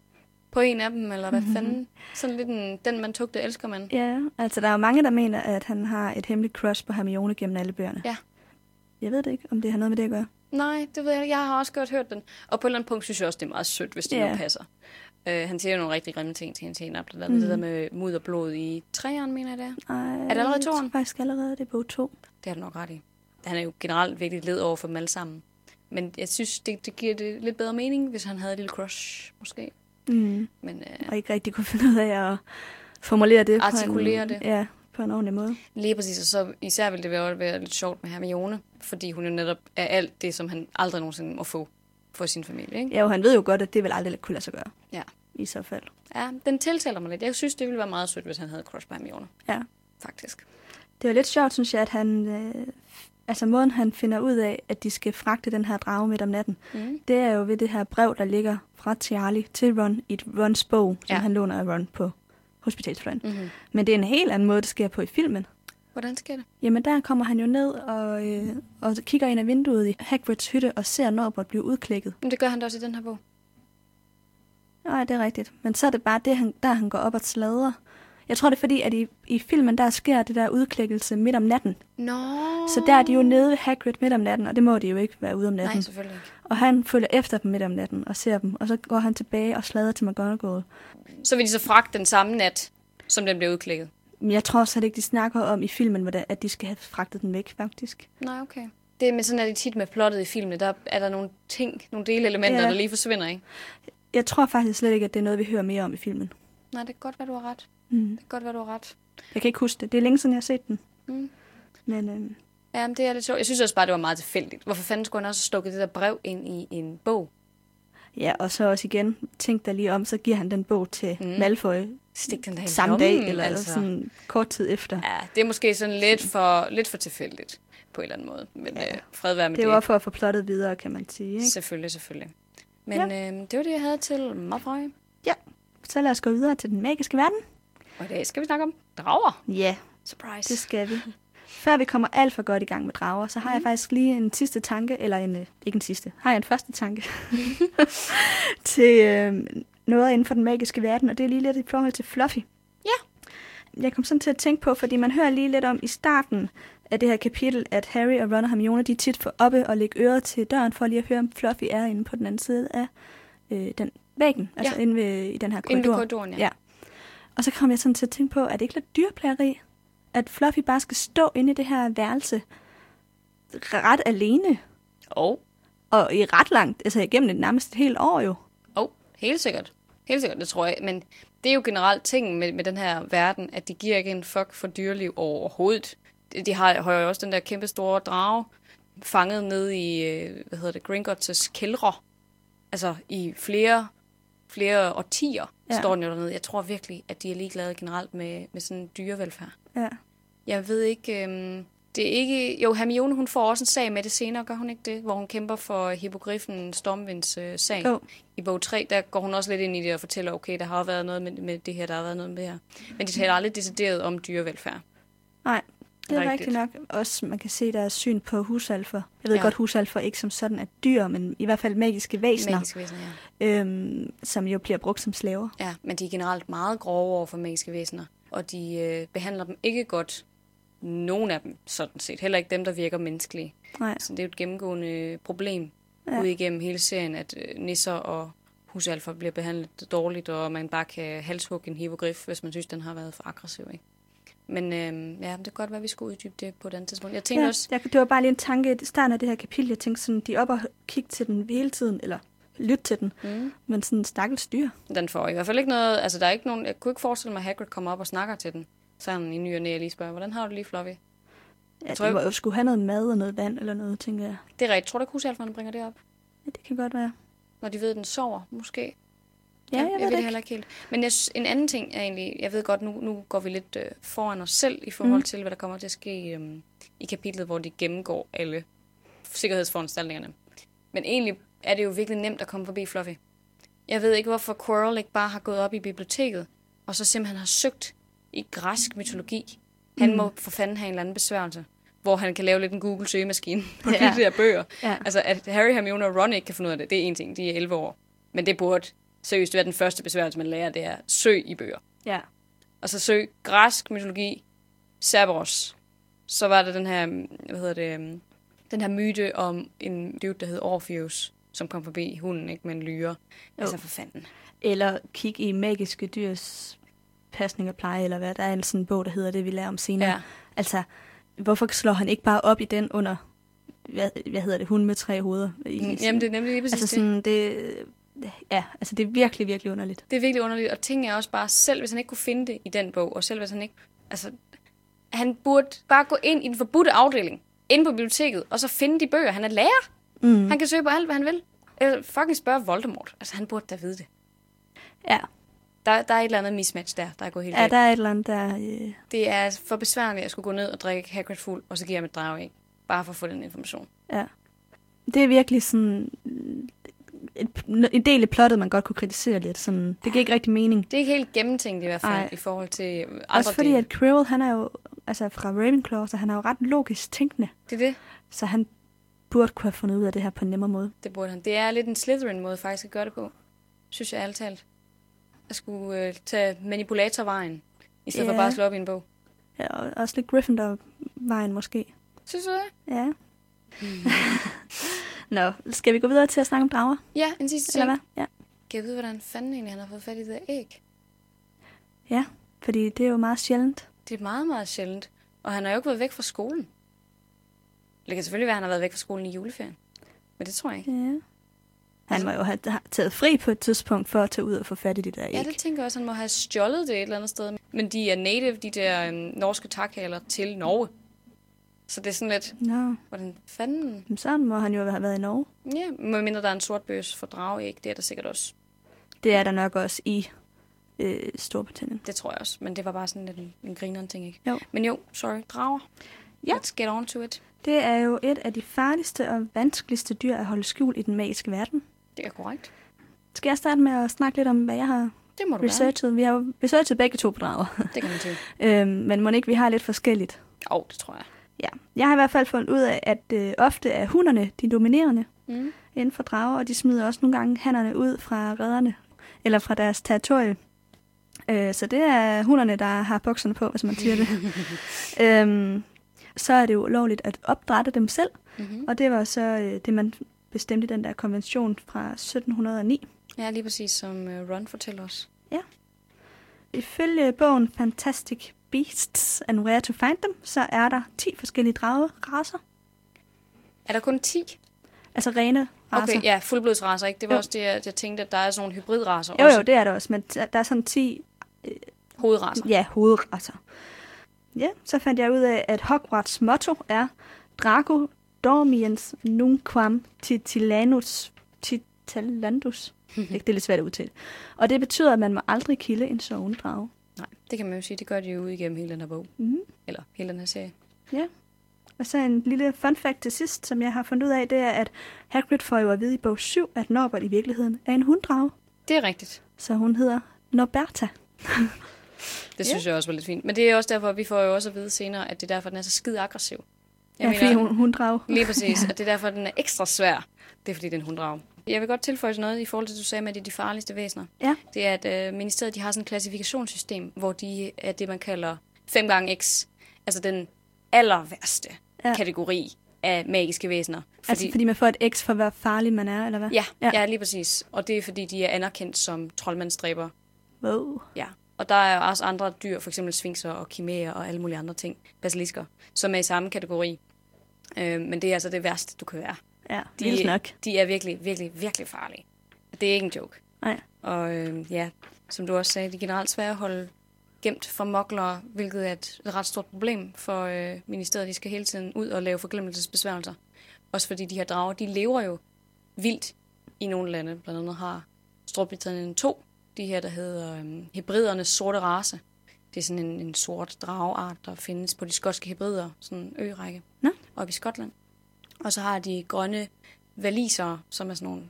S2: på en af dem, eller hvad fanden. Sådan lidt en, den, man tog, det elsker man.
S3: ja. Altså, der er jo mange, der mener, at han har et hemmeligt crush på Hermione gennem alle bøgerne.
S2: Ja.
S3: Jeg ved det ikke, om det har noget med det at gøre.
S2: Nej, det ved jeg ikke. Jeg har også godt hørt den. Og på et eller andet punkt synes jeg også, det er meget sødt, hvis det
S3: Ja.
S2: yeah. nu passer. Øh, han siger jo nogle rigtig grimme ting til hende senere. Blandt andet mm. det
S3: Mhm.
S2: der med mud og blod i træerne, mener jeg det er.
S3: Ej, er
S2: det allerede i
S3: Jeg tror
S2: toeren?
S3: faktisk allerede, det er bog 2.
S2: Det har du nok ret i. Han er jo generelt virkelig led over for dem alle sammen. Men jeg synes, det, det giver det lidt bedre mening, hvis han havde et lille crush, måske.
S3: Mm.
S2: Men øh,
S3: og ikke rigtig kunne finde ud af at formulere det.
S2: Artikulere
S3: på en,
S2: det.
S3: Ja, på en ordentlig måde.
S2: lige præcis, og så især ville det være, være lidt sjovt med Hermione, fordi hun jo netop er alt det, som han aldrig nogensinde må få for sin familie. Ikke?
S3: Ja, og han ved jo godt, at det vil aldrig kunne lade sig gøre
S2: Ja.
S3: i så fald.
S2: ja, den tiltaler mig lidt. Jeg synes, det ville være meget sødt, hvis han havde et crush på Hermione,
S3: Ja.
S2: faktisk.
S3: Det var lidt sjovt, synes jeg, at han... Øh, altså måden, han finder ud af, at de skal fragte den her drage midt om natten,
S2: Mm.
S3: det er jo ved det her brev, der ligger fra Charlie til Ron i et Rons bog, som
S2: Ja.
S3: han låner af Ron på hospitalsfløjen.
S2: Mm-hmm.
S3: Men det er en helt anden måde, det sker på i filmen.
S2: Hvordan sker det?
S3: Jamen, der kommer han jo ned og, øh, og kigger ind ad vinduet i Hagrids hytte og ser Norbert blive udklækket.
S2: Men det gør han da også i den her bog.
S3: Nej, det er rigtigt. Men så er det bare det, han, der han går op og sladrer. Jeg tror, det er fordi, at i, i filmen, der sker det der udklækkelse midt om natten.
S2: Nå.
S3: Så der er de jo nede ved Hagrid midt om natten, og det må de jo ikke være ude om natten.
S2: Nej, selvfølgelig ikke.
S3: og han følger efter dem midt om natten og ser dem, og så går han tilbage og sladrer til McGonagall.
S2: Så vil de så fragte den samme nat, som den blev udklækket.
S3: Men jeg tror slet ikke, de snakker om i filmen, hvordan, at de skal have fragtet den væk, faktisk.
S2: Nej, okay. Det med sådan er det tit med plottet i filmene. Der er der nogle ting, nogle delelementer,
S3: Ja.
S2: ja. der lige forsvinder, ikke?
S3: Jeg tror faktisk slet ikke, at det er noget, vi hører mere om i filmen.
S2: Nej, det kan godt være, du har ret.
S3: Mm.
S2: Det kan godt være, du har ret.
S3: Jeg kan ikke huske det. Det er længe siden, jeg har set den.
S2: Mm.
S3: Men øhm,
S2: Ja, men det er lidt sjovt. Jeg synes også bare, det var meget tilfældigt. Hvorfor fanden skulle han også stukke det der brev ind i en bog?
S3: ja, og så også igen, tænk dig lige om, så giver han den bog til mm.
S2: Mm.
S3: Malfoy,
S2: Stik den der i
S3: samme
S2: lommen,
S3: dag, eller altså. sådan kort tid efter. Ja,
S2: Ja, det er måske sådan lidt for, lidt for tilfældigt på en eller anden måde. Men
S3: Ja.
S2: ja. øh, fred være med
S3: det
S2: det.
S3: var for at få plottet videre, kan man sige. Ikke?
S2: Selvfølgelig, selvfølgelig. Men ja. øh, det var det, jeg havde til Malfoy.
S3: Så lad os gå videre til den magiske verden.
S2: Og i dag skal vi snakke om drager.
S3: Ja,
S2: Surprise.
S3: det skal vi. Før vi kommer alt for godt i gang med drager, så har mm. jeg faktisk lige en sidste tanke, eller en, øh, ikke en sidste, har jeg en første tanke til øh, noget inden for den magiske verden, og det er lige lidt i forhold til Fluffy.
S2: Ja.
S3: Jeg kom sådan til at tænke på, fordi man hører lige lidt om i starten af det her kapitel, at Harry og Ron og Hermione, de tit får oppe og lægge øret til døren, for lige at høre, om Fluffy er inde på den anden side af øh, den væggen, altså
S2: Ja.
S3: inde ved, i den her
S2: Inde ved
S3: korridor.
S2: korridoren, ja.
S3: Ja. Og så kom jeg sådan til at tænke på, er det ikke lidt dyrplageri, at Fluffy bare skal stå inde i det her værelse ret alene,
S2: Og,
S3: og i ret langt, altså igennem et nærmest et helt år jo.
S2: og helt sikkert. Helt sikkert, det tror jeg. Men det er jo generelt ting med, med den her verden, at de giver ikke en fuck for dyreliv overhovedet. De- De har, har jo også den der kæmpe store drage fanget ned i, øh, hvad hedder det, Gringotts kældre. Altså i flere, flere årtier
S3: Ja.
S2: ja. står den jo dernede. Jeg tror virkelig, at de er ligeglade generelt med, med sådan dyrevelfærd.
S3: Ja.
S2: Jeg ved ikke, øhm, det er ikke... Jo, Hermione, hun får også en sag med det senere, gør hun ikke det? Hvor hun kæmper for hippogriffen Stormvinds øh, sag.
S3: Jo.
S2: I bog 3, der går hun også lidt ind i det og fortæller, okay, der har jo været noget med, med det her, der har været noget med det her. Men de taler aldrig decideret om dyrevelfærd.
S3: Nej, det er rigtigt.
S2: Rigtigt.
S3: nok. Også man kan se deres syn på husalfer. Jeg ved ja.
S2: Ja.
S3: godt, husalfer ikke som sådan er dyr, men i hvert fald magiske væsener,
S2: Magiske væsener, ja.
S3: øhm, som jo bliver brugt som slaver.
S2: ja. men de er generelt meget grove over for magiske væsener, og de øh, behandler dem ikke godt. Nogen af dem, sådan set. Heller ikke dem, der virker menneskelige.
S3: Nej.
S2: Så det er jo et gennemgående øh, problem ja. ude igennem hele serien, at øh, nisser og husalfer bliver behandlet dårligt, og man bare kan halshugge en hippogriff, hvis man synes, den har været for aggressiv. Ikke? Men øh, ja, det kan godt være, at vi skal uddybe det på et andet tidspunkt. Jeg tænkte ja.
S3: Ja,
S2: også,
S3: jeg, det var bare lige en tanke i starten af det her kapitel. Jeg tænkte sådan, de er oppe og kigge til den hele tiden, eller lytte til den. Mm. Men sådan en stakkels dyr.
S2: den får i hvert fald ikke noget... Altså, der er ikke nogen... Jeg kunne ikke forestille mig, at Hagrid kommer op og snakker til den. Sådan i ny og næ, jeg lige spørger, hvordan har du det lige, Fluffy?
S3: Ja,
S2: tror
S3: de
S2: jeg-
S3: må jo skulle have noget mad og noget vand eller noget, tænker jeg.
S2: Det er rigtigt. Tror du ikke, husalferne bringer det op?
S3: Ja, det kan godt være.
S2: Når de ved, at den sover, måske?
S3: Ja, jeg,
S2: jeg
S3: ved
S2: ved
S3: det
S2: det
S3: ikke.
S2: heller ikke helt. Men jeg, synes- en anden ting er egentlig, jeg ved godt, nu, nu går vi lidt øh, foran os selv i
S3: Mhm.
S2: forhold mm. til, hvad der kommer til at ske øhm, i kapitlet, hvor de gennemgår alle sikkerhedsforanstaltningerne. Men egentlig er det jo virkelig nemt at komme forbi Fluffy. Jeg ved ikke, hvorfor Quirrell ikke bare har gået op i biblioteket, og så simpelthen har søgt i græsk mytologi. Han mm. må for fanden have en eller anden besværgelse, hvor han kan lave lidt en Google-søgemaskine på
S3: Ja.
S2: ja. de der bøger.
S3: Ja.
S2: Altså, at Harry, Hermione og Ron ikke kan finde ud af det, det er en ting. De er 11 år. Men det burde seriøst være den første besværgelse, man lærer, det er søg i bøger.
S3: Ja.
S2: Og så søg græsk mytologi, Cerberus. Så var der den her, mm, hvad hedder det, mm, den her myte om en dude, der hed Orpheus, som kom forbi hunden, ikke, med en lyre. Altså for fanden.
S3: Eller kigge i magiske dyrs pasning og pleje, eller hvad. Der er en sådan bog, der hedder det, vi lærer om senere.
S2: Ja.
S3: Altså, hvorfor slår han ikke bare op i den under, hvad, hvad hedder det, hun med tre hoveder? I,
S2: Mm, Jamen, det er nemlig lige præcis
S3: altså
S2: det.
S3: sådan, det, ja, altså det er virkelig, virkelig underligt.
S2: Det er virkelig underligt, og ting er også bare, selv hvis han ikke kunne finde det i den bog, og selv hvis han ikke... Altså, han burde bare gå ind i den forbudte afdeling, inde på biblioteket, og så finde de bøger. Han er lærer. Mm. Han kan søge på alt, hvad han vil. Eller fucking spørge Voldemort. Altså, han burde da vide det.
S3: Ja,
S2: Der, der er et eller andet mismatch der, der er gået helt
S3: ja
S2: galt.
S3: der er et eller andet, der... Øh,
S2: Det er altså for besværligt at skulle gå ned og drikke Hagrid fuld, og så give ham et drag ikke? Bare for at få den information.
S3: ja. Det er virkelig sådan øh, et, en del af plottet, man godt kunne kritisere lidt. Sådan, det giver ikke rigtig mening.
S2: Det er ikke helt gennemtænkt i hvert fald
S3: Ej.
S2: Ej. i forhold til andre
S3: Også fordi,
S2: dele.
S3: at Quirrell, han er jo altså fra Ravenclaw, så han er jo ret logisk tænkende.
S2: Det er det.
S3: Så han burde kunne have fundet ud af det her på en nemmere måde.
S2: Det burde han. Det er lidt en Slytherin-måde faktisk at gøre det på, synes jeg ærligt talt. At skulle øh, tage manipulatorvejen, i stedet yeah.
S3: Ja.
S2: for bare at slå op i en bog.
S3: Ja, og også lidt Gryffindor-vejen måske.
S2: Synes du det?
S3: Ja. Mm. Nå, skal vi gå videre til at snakke om drager?
S2: Ja, en sidste ting.
S3: Eller hvad? Ja.
S2: Kan jeg vide, hvordan fanden egentlig han har fået fat i det der æg?
S3: ja, fordi det er jo meget sjældent.
S2: Det er meget, meget sjældent. Og han har jo ikke været væk fra skolen. Det kan selvfølgelig være, at han har været væk fra skolen i juleferien. Men det tror jeg ikke.
S3: Ja. Han må jo have have taget fri på et tidspunkt for at tage ud og få fat i det der æg.
S2: Ja, det tænker jeg også. Han må have stjålet det et eller andet sted. Men de er native, de der øhm, norske takhaler, til Norge. Så det er sådan lidt,
S3: Nå,
S2: hvordan fanden...
S3: men sådan må han jo have været i Norge.
S2: Ja, medmindre der er en sort bøs for drageæg, det er der sikkert også.
S3: Det er der nok også i øh, Storbritannien.
S2: Det tror jeg også, men det var bare sådan lidt en, en grineren ting, ikke?
S3: Jo.
S2: Men jo, sorry, drager.
S3: Ja.
S2: Let's get on to it.
S3: Det er jo et af de farligste og vanskeligste dyr at holde skjult i den magiske verden.
S2: Det er korrekt.
S3: Skal jeg starte med at snakke lidt om, hvad jeg har
S2: Det må du Research.
S3: researchet? Vi har jo researchet begge to på drager.
S2: gerne. Det kan man til.
S3: øhm, men må ikke, vi har lidt forskelligt.
S2: Åh, oh, det tror jeg.
S3: Ja. Jeg har i hvert fald fundet ud af, at øh, ofte er hunderne de dominerende
S2: Mm.
S3: inden for drager, og de smider også nogle gange hannerne ud fra redderne, eller fra deres territorie. Øh, så det er hunderne, der har bukserne på, hvis man siger det. øhm, så er det jo ulovligt at opdrætte dem selv,
S2: Mm-hmm.
S3: og det var så øh, det, man bestemte i den der konvention fra 1709.
S2: Ja, lige præcis som øh, Ron fortæller os.
S3: Ifølge bogen Fantastic Beasts and Where to Find Them, så er der 10 forskellige drageraser.
S2: Er der kun 10?
S3: Altså rene raser.
S2: Okay, ja, fuldblodsraser, ikke? Det var
S3: Jo.
S2: jo. også det, jeg, jeg tænkte, at der er sådan nogle hybridraser
S3: Jo,
S2: også.
S3: jo, det er der også, men der der er sådan 10
S2: Hovedraser.
S3: ja, hovedraser. Ja, så fandt jeg ud af, at Hogwarts motto er Draco dormiens nunquam titilanus titalandus. Ikke, det er lidt svært at udtale. Og det betyder, at man må aldrig kilde en sovende drage.
S2: Nej, det kan man jo sige, det gør de jo ud igennem hele den her bog.
S3: Mhm.
S2: Eller hele den her serie.
S3: Og så en lille fun fact til sidst, som jeg har fundet ud af, det er, at Hagrid får jo at vide i bog 7, at Norbert i virkeligheden er en hunddrage.
S2: Det er rigtigt.
S3: Så hun hedder Norberta.
S2: Det synes jeg også var lidt fint. Men det er også derfor, vi får jo også at vide senere, at det er derfor, den er så skide aggressiv.
S3: Ja, fordi hun, hun drage.
S2: Lige præcis, og det er derfor, den er ekstra svær. Det er fordi, det er en hunddrage. Jeg vil godt tilføje noget i forhold til, at du sagde med, at det er de farligste væsener.
S3: Ja.
S2: Det er, at øh, ministeriet de har sådan et klassifikationssystem, hvor de er det, man kalder 5 gange x. Altså den aller værste
S3: Ja.
S2: ja. kategori af magiske væsener. Fordi,
S3: Altså, fordi man får et X for, hvor farlig man er, eller hvad?
S2: ja,
S3: Ja.
S2: ja. ja, lige præcis. Og det er, fordi de er anerkendt som troldmandstræber.
S3: Wow.
S2: Ja. Og der er også andre dyr, for eksempel svinkser og kimæer og alle mulige andre ting, basilisker, som er i samme kategori. Øh, men det er altså det værste, du kan være.
S3: Ja,
S2: De,
S3: vildt nok.
S2: de er virkelig, virkelig, virkelig farlige. Det er ikke en joke.
S3: Nej.
S2: Og øh, ja, som du også sagde, de er generelt svære at holde gemt for moklere, hvilket er et ret stort problem for øh, ministeriet. De skal hele tiden ud og lave forglemmelsesbesværgelser. Også fordi de her drager, de lever jo vildt i nogle lande. Blandt andet har Storbritannien to, de her, der hedder øh, hybridernes sorte race. Det er sådan en, en sort drageart, der findes på de skotske hybrider, sådan en ørække,
S3: Nå.
S2: oppe i Skotland. Og så har de grønne valisere, som er sådan nogle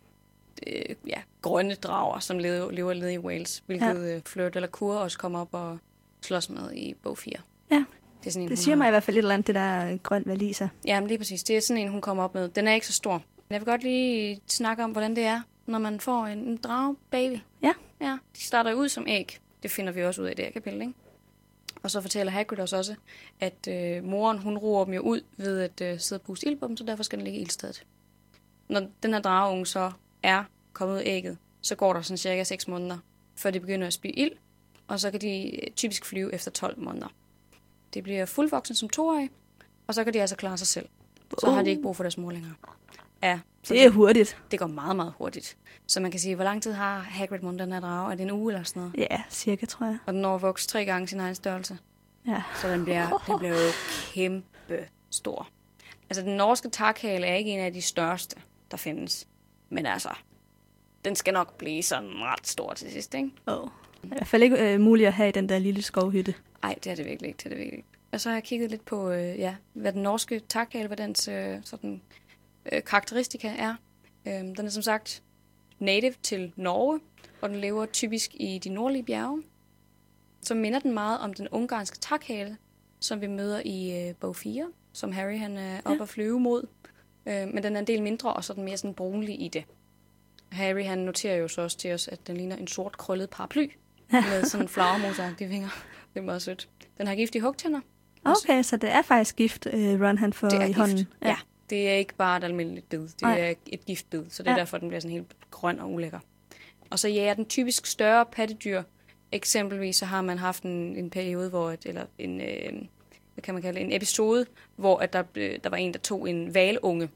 S2: øh, ja, grønne drager, som lever, lever nede i Wales, hvilket øh, ja. Flirt eller Kur også kommer op og slås med i bog 4.
S3: Ja.
S2: Det, er sådan en, hun
S3: Det siger
S2: har.
S3: mig i hvert fald et eller andet, det der øh, grøn valiser.
S2: Ja, men lige præcis. Det er sådan en, hun kommer op med. Den er ikke så stor. Men Jeg vil godt lige snakke om, hvordan det er, når man får en, en drage-baby.
S3: Ja.
S2: Ja, de starter ud som æg. Det finder vi også ud af i det her kapitel, ikke? Og så fortæller Hagrid os også, at øh, moren, hun roer dem jo ud ved at øh, sidde og puste ild på dem, så derfor skal den ligge i ildstedet. Når den her drageunge så er kommet ud af ægget, så går der sådan cirka 6 måneder, før de begynder at spy ild, og så kan de øh, typisk flyve efter 12 måneder. Det bliver fuldvoksne som toårige, og så kan de altså klare sig selv. Så har de ikke brug for deres mor længere. Ja, så
S3: Det er hurtigt.
S2: det går meget, meget hurtigt. Så man kan sige, hvor lang tid har Hagrid mundet den her drage? Er det en uge eller sådan noget?
S3: Ja, cirka, tror jeg.
S2: Og den når at vokse tre gange sin egen størrelse.
S3: Ja.
S2: Så den bliver, den bliver jo kæmpe stor. Altså, den norske takhale er ikke en af de største, der findes. Men altså, den skal nok blive sådan ret stor til sidst, ikke?
S3: Oh. I hvert fald ikke øh, muligt at have i den der lille skovhytte.
S2: Ej, det er det virkelig ikke, det er det virkelig ikke. Og så har jeg kigget lidt på, øh, ja, hvad den norske takhale, hvad dens øh, sådan, øh, karakteristika er. Øhm, den er som sagt native til Norge, og den lever typisk i de nordlige bjerge. Så minder den meget om den ungarske takhale, som vi møder i øh, bog 4, som Harry han er oppe at flyve mod. Øh, men den er en del mindre, og så er den mere sådan brunlig i det. Harry han noterer jo så også til os, at den ligner en sort krøllet paraply med sådan en flagermusagtig vinger. Det er meget sødt. Den har giftige hugtænder.
S3: Okay, så det er faktisk gift, øh, Ron han får
S2: Det er
S3: i
S2: gift.
S3: hånden.
S2: Ja. ja. Det er ikke bare et almindeligt bid. Det
S3: Nej.
S2: er et giftbid, så det er
S3: Ja.
S2: ja. derfor, den bliver sådan helt grøn og ulækker. Og så jager den typisk større pattedyr. Eksempelvis så har man haft en, en periode, hvor et, eller en, øh, hvad kan man kalde det, en episode, hvor at der, øh, der var en, der tog en valunge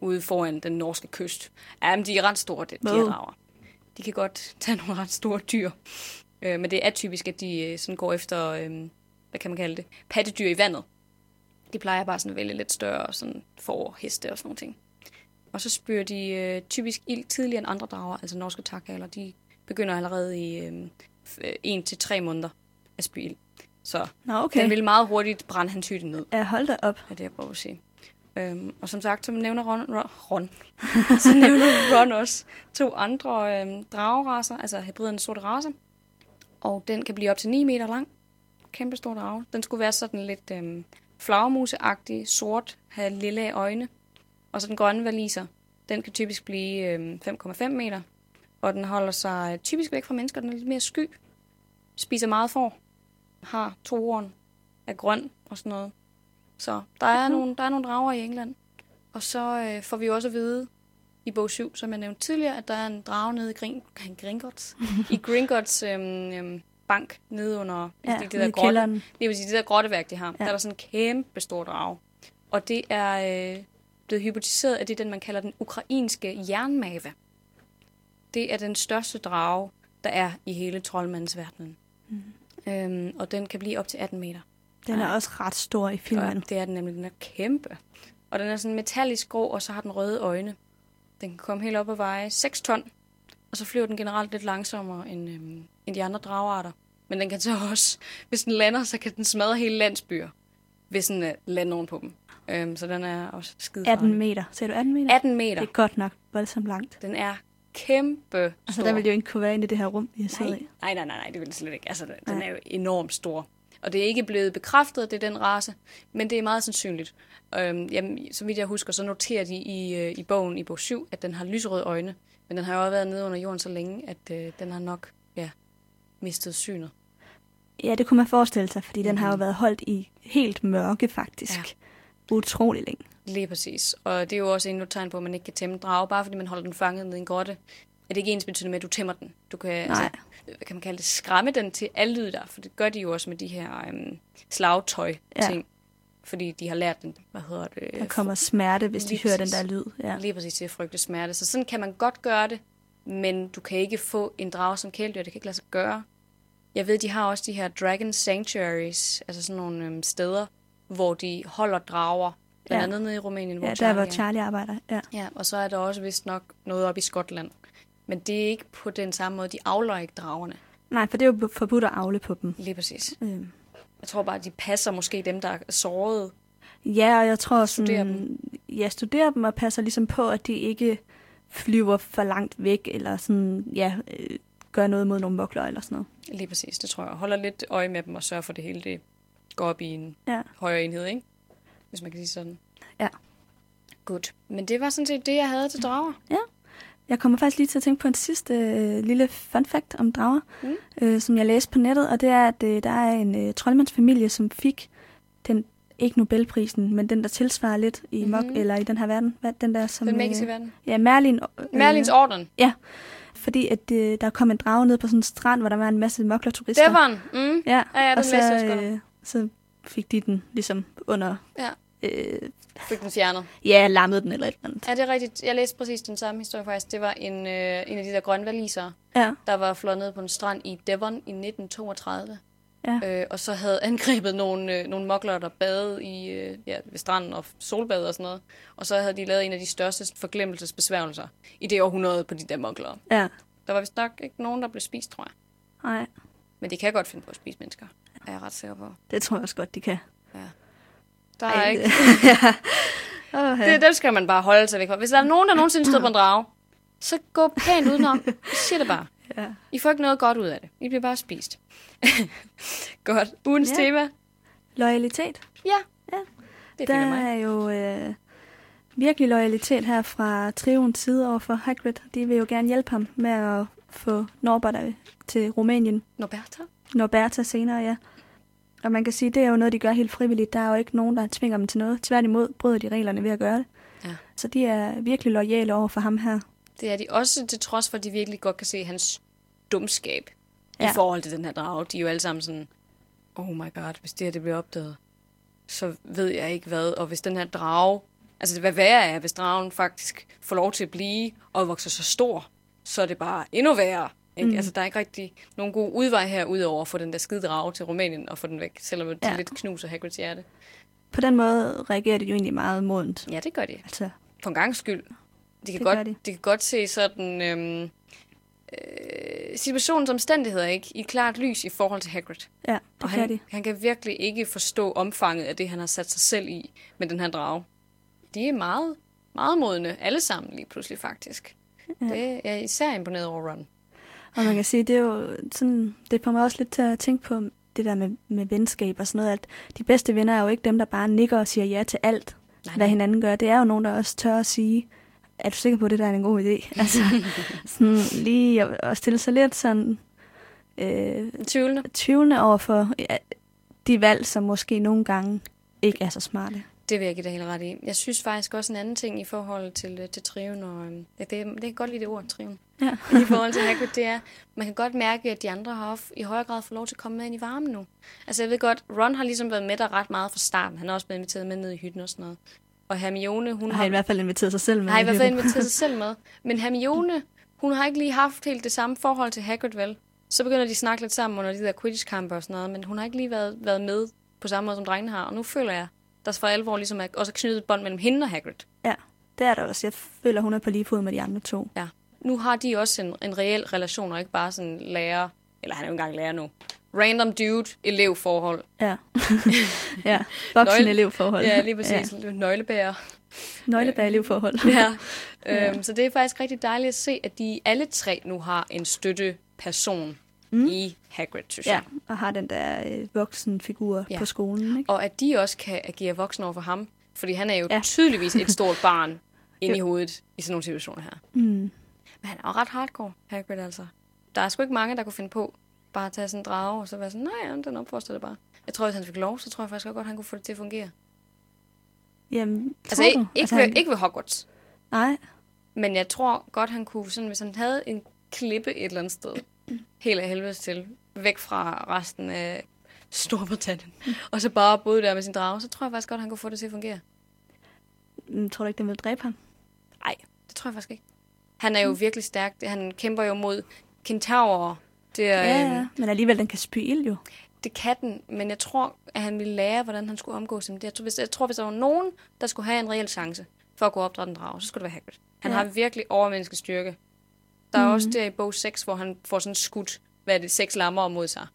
S2: ude foran den norske kyst. Jamen, de er ret store, de, de her
S3: Wow.
S2: rager. De kan godt tage nogle ret store dyr. Øh, men det er typisk, at de øh, sådan går efter, øh, hvad kan man kalde det, pattedyr i vandet. De plejer bare sådan at vælge lidt større sådan får, heste og sådan nogle ting. Og så spyrer de øh, typisk ild tidligere end andre drager, altså norske takhaler. De begynder allerede i øh, f- øh, en til tre måneder at spy ild. Så
S3: Nå,
S2: okay.
S3: okay.
S2: den vil meget hurtigt brænde hans hytte ned,
S3: Ja, hold da op.
S2: er det, jeg prøver at sige. Øhm, og som sagt, så nævner Ron, Ron, Ron. så nævner Ron også to andre øhm, drageraser, altså hybriden sorte race. Og den kan blive op til 9 meter lang. Kæmpe stor drage. Den skulle være sådan lidt øhm, flagermuseagtig, sort, have lille øjne. Og så den grønne valiser, den kan typisk blive øhm, 5,5 meter. Og den holder sig typisk væk fra mennesker, den er lidt mere sky. Spiser meget får. Har to horn. Er grøn og sådan noget. Så der er,
S3: Mhm.
S2: nogle, der er nogle drager i England. Og så øh, får vi jo også at vide i bog 7, som jeg nævnte tidligere, at der er en drage nede i Gring, Gringotts, i Gringotts øhm, øhm, bank, nede under
S3: Ja,
S2: det, det
S3: ude
S2: der
S3: i
S2: grotte,
S3: kælderen.
S2: det vil sige, det der grotteværk, de har,
S3: Ja.
S2: ja. der er der sådan en kæmpe stor drage. Og det er øh, blevet hypotiseret, at det er den, man kalder den ukrainske jernmave. Det er den største drage, der er i hele troldmandens verden. Mm. Øhm, og den kan blive op til 18 meter.
S3: Den er også ret stor i filmen.
S2: Og det er den nemlig. Den er kæmpe. Og den er sådan metallisk grå, og så har den røde øjne. Den kan komme helt op og veje 6 ton. Og så flyver den generelt lidt langsommere end, øhm, end de andre dragearter. Men den kan så også, hvis den lander, så kan den smadre hele landsbyer, hvis den øh, lander oven på dem. Øhm, så den er også skide
S3: 18 meter. Ser du 18 meter?
S2: 18 meter.
S3: Det er godt nok voldsomt langt.
S2: Den er kæmpe
S3: Altså,
S2: stor.
S3: der ville jo ikke kunne være inde i det her rum, vi har siddet
S2: Nej,
S3: i.
S2: nej, nej, nej, nej, det vil det slet ikke. Altså, den den
S3: Nej.
S2: er jo enormt stor. Og det er ikke blevet bekræftet, at det er den race, men det er meget sandsynligt. Øhm, jamen, som vidt jeg husker, så noterer de i, øh, i bogen i bog 7, at den har lyserøde øjne. Men den har jo også været nede under jorden så længe, at øh, den har nok ja, mistet synet.
S3: Ja, det kunne man forestille sig, fordi mm-hmm. den har jo været holdt i helt mørke, faktisk. Ja. Utrolig længe.
S2: Lige præcis. Og det er jo også endnu et tegn på, at man ikke kan tæmme en drage, bare fordi man holder den fanget ned i en grotte. Er det ikke ens betydende med, at du tæmmer den? Du kan, altså, hvad kan man kalde det, skræmme den til alle lyde der, for det gør de jo også med de her øhm, slagtøj-ting. Fordi de har lært den, hvad hedder det?
S3: Der kommer smerte, hvis de
S2: lige
S3: hører den
S2: præcis.
S3: der lyd. Ja.
S2: Lige præcis til at frygte smerte. Så sådan kan man godt gøre det, men du kan ikke få en drage som kæledyr. Det kan ikke lade sig gøre. Jeg ved, de har også de her dragon sanctuaries, altså sådan nogle øhm, steder, hvor de holder drager. Blandt
S3: Ja.
S2: andet nede i Rumænien, hvor
S3: Ja, der
S2: Charlie
S3: hvor
S2: er.
S3: Charlie arbejder. Ja.
S2: Ja, og så er der også vist nok noget op i Skotland. Men det er ikke på den samme måde. De afler ikke dragerne.
S3: Nej, for det er jo forbudt at afle på dem.
S2: Lige præcis.
S3: Øhm.
S2: Jeg tror bare, de passer måske dem, der er sårede.
S3: Ja, og jeg tror sådan...
S2: Studerer
S3: Ja, studerer dem og passer ligesom på, at de ikke flyver for langt væk, eller sådan, ja, øh, gør noget mod nogle mokler eller sådan noget.
S2: Lige præcis, det tror jeg. Holder lidt øje med dem og sørger for, at det hele det går op i en
S3: Ja.
S2: højere enhed, ikke? Hvis man kan sige sådan.
S3: Ja.
S2: Godt. Men det var sådan set det, jeg havde til drager.
S3: Jeg kommer faktisk lige til at tænke på en sidste øh, lille fun fact om drager,
S2: Mm.
S3: mm. øh, som jeg læste på nettet, og det er, at øh, der er en øh, troldmandsfamilie, som fik den, ikke Nobelprisen, men den, der tilsvarer lidt i mm-hmm.
S2: Mhm.
S3: mok, eller i den her verden. Hvad, den der, som,
S2: Den magiske verden.
S3: Øh, ja, Merlin. Øh,
S2: Merlins orden.
S3: Fordi at, øh, der kom en drage ned på sådan en strand, hvor der var en masse moklerturister.
S2: Det var den. Mm.
S3: Ja,
S2: Ja, ja, den
S3: og
S2: læste jeg også
S3: så,
S2: godt
S3: øh, så fik de den ligesom under...
S2: Ja.
S3: Øh,
S2: Fik den fjernet.
S3: ja, lammede den eller et eller andet.
S2: Ja, det er rigtigt. Jeg læste præcis den samme historie faktisk. Det var en, øh, en af de der grønne valisere,
S3: Ja.
S2: der var flået ned på en strand i Devon i 1932.
S3: Ja.
S2: Øh, og så havde angrebet nogle, øh, nogle mokler, der badede i, øh, ja, ved stranden og solbad og sådan noget. Og så havde de lavet en af de største forglemmelsesbesværgelser i det århundrede på de der mokler.
S3: Ja.
S2: Der var vist nok ikke nogen, der blev spist, tror jeg.
S3: Nej,
S2: Men de kan godt finde på at spise mennesker, er jeg ret sikker på.
S3: det tror jeg også godt, de kan.
S2: Der er
S3: Ej,
S2: ikke...
S3: Åh, ja.
S2: Det, dem skal man bare holde sig væk fra. Hvis der er nogen, der nogensinde stod på en drage, så gå pænt udenom. Jeg Siger det bare.
S3: Ja.
S2: I får ikke noget godt ud af det. I bliver bare spist. godt. Ugens
S3: Ja.
S2: ja. tema.
S3: Loyalitet.
S2: Ja.
S3: Ja.
S2: Det finder
S3: Der
S2: mig.
S3: er jo øh, virkelig loyalitet her fra Trions side over for Hagrid. De vil jo gerne hjælpe ham med at få Norbert til Rumænien.
S2: Norberta?
S3: Norberta senere, ja. Og man kan sige, det er jo noget, de gør helt frivilligt. Der er jo ikke nogen, der tvinger dem til noget. Tværtimod bryder de reglerne ved at gøre det.
S2: Ja.
S3: Så de er virkelig lojale over for ham her.
S2: Det er de også, til trods for, at de virkelig godt kan se hans dumskab ja.
S3: Ja.
S2: i forhold til den her drage. De er jo alle sammen sådan, oh my god, hvis det her det bliver opdaget, så ved jeg ikke hvad. Og hvis den her drage, altså hvad værre er, hvis dragen faktisk får lov til at blive og vokser så stor, så er det bare endnu værre. Ikke? Mm. Altså, der er ikke rigtig nogen god udvej her, udover at få den der skide drage til Rumænien og få den væk, selvom det ja.
S3: Ja.
S2: lidt knuser Hagrids hjerte.
S3: På den måde reagerer de jo egentlig meget modent.
S2: Ja, det gør de.
S3: Altså,
S2: for en gang skyld. De kan,
S3: Det
S2: godt,
S3: gør
S2: de.
S3: de.
S2: de kan godt se sådan øhm, øh, situationens omstændigheder ikke i klart lys i forhold til Hagrid.
S3: ja, det
S2: Og
S3: kan
S2: han,
S3: de.
S2: han kan virkelig ikke forstå omfanget af det, han har sat sig selv i med den her drage. De er meget, meget modne, alle sammen lige pludselig faktisk. Ja. Det er især imponeret over Ron.
S3: Og man kan sige, det er jo sådan, det får mig også lidt til at tænke på det der med, med venskab og sådan noget, at de bedste venner er jo ikke dem, der bare nikker og siger ja til alt,
S2: Nej,
S3: Nej. hvad hinanden gør. Det er jo nogen, der også tør at sige, er du sikker på, at det der er en god idé? Altså, sådan lige at, at stille sig lidt sådan øh,
S2: Tvivlende.
S3: tvivlende over for ja, de valg, som måske nogle gange ikke er så smarte.
S2: Det vil jeg give dig helt ret i. Jeg synes faktisk også en anden ting i forhold til, øh, til triven. Og, øhm, ja, det, det kan godt lide det ord, triven.
S3: Ja.
S2: I forhold til Hagrid, det er, man kan godt mærke, at de andre har f- i højere grad fået lov til at komme med ind i varmen nu. Altså jeg ved godt, Ron har ligesom været med der ret meget fra starten. Han har også blevet inviteret med ned i hytten og sådan noget. og Hermione, hun
S3: Har i hvert fald inviteret sig selv med.
S2: har i
S3: i
S2: hvert fald
S3: filmen.
S2: inviteret sig selv med. Men Hermione, hun har ikke lige haft helt det samme forhold til Hagrid, vel? Så begynder de at snakke lidt sammen under de der Quidditch-kampe og sådan noget, men hun har ikke lige været, været med på samme måde, som drengene har. Og nu føler jeg, der for alvor ligesom er også er knyttet et bånd mellem hende og Hagrid.
S3: Ja, det er der også. Jeg føler, hun er på lige fod med de andre to.
S2: Ja. Nu har de også en, en reel relation, og ikke bare sådan lærer, eller han er jo engang lærer nu, random dude, elevforhold.
S3: Ja. ja. Voksen elevforhold.
S2: Ja, lige præcis. Ja. Nøglebærer.
S3: Nøglebær elevforhold.
S2: Ja. øhm, så det er faktisk rigtig dejligt at se, at de alle tre nu har en støtteperson mm. i Hagrid, synes
S3: ja.
S2: jeg.
S3: Og har den der øh, voksen figur
S2: Ja.
S3: ja. på skolen, ikke?
S2: Og at de også kan agere voksen over for ham, fordi han er jo ja.
S3: Ja.
S2: tydeligvis et stort barn inde i hovedet i sådan nogle situationer her.
S3: Mm.
S2: Men han er jo ret hardcore, Hagrid altså. Der er sgu ikke mange, der kunne finde på bare at tage sådan en drage, og så være sådan, nej, ja, den opfoster det bare. Jeg tror, hvis han fik lov, så tror jeg faktisk også godt, han kunne få det til at fungere.
S3: Jamen,
S2: Altså,
S3: tror
S2: ikke,
S3: du?
S2: ikke,
S3: altså,
S2: ved,
S3: han-
S2: ikke ved Hogwarts,
S3: Nej.
S2: men jeg tror godt, han kunne, sådan, hvis han havde en klippe et eller andet sted, helt af helvedes til, væk fra resten af Storbritannien, og så bare boede der med sin drage, så tror jeg faktisk godt, han kunne få det til at fungere.
S3: Mm, Tror du ikke, den vil dræbe ham?
S2: Nej, det tror jeg faktisk ikke. Han er jo
S3: Mm.
S2: virkelig stærk. Han kæmper jo mod kentaurer. Det er,
S3: Ja,
S2: øhm,
S3: ja. Men alligevel, den kan spy ild jo.
S2: Det kan den, men jeg tror, at han ville lære, hvordan han skulle omgås med det. Jeg tror, hvis, jeg tror, hvis der var nogen, der skulle have en reel chance for at kunne opdrage en drage, så skulle det være Hagrid. Han ja.
S3: Ja.
S2: har virkelig overmenneskelig styrke. Der er mm-hmm. også der i bog 6, hvor han får sådan skudt, hvad er det, seks lammer mod sig.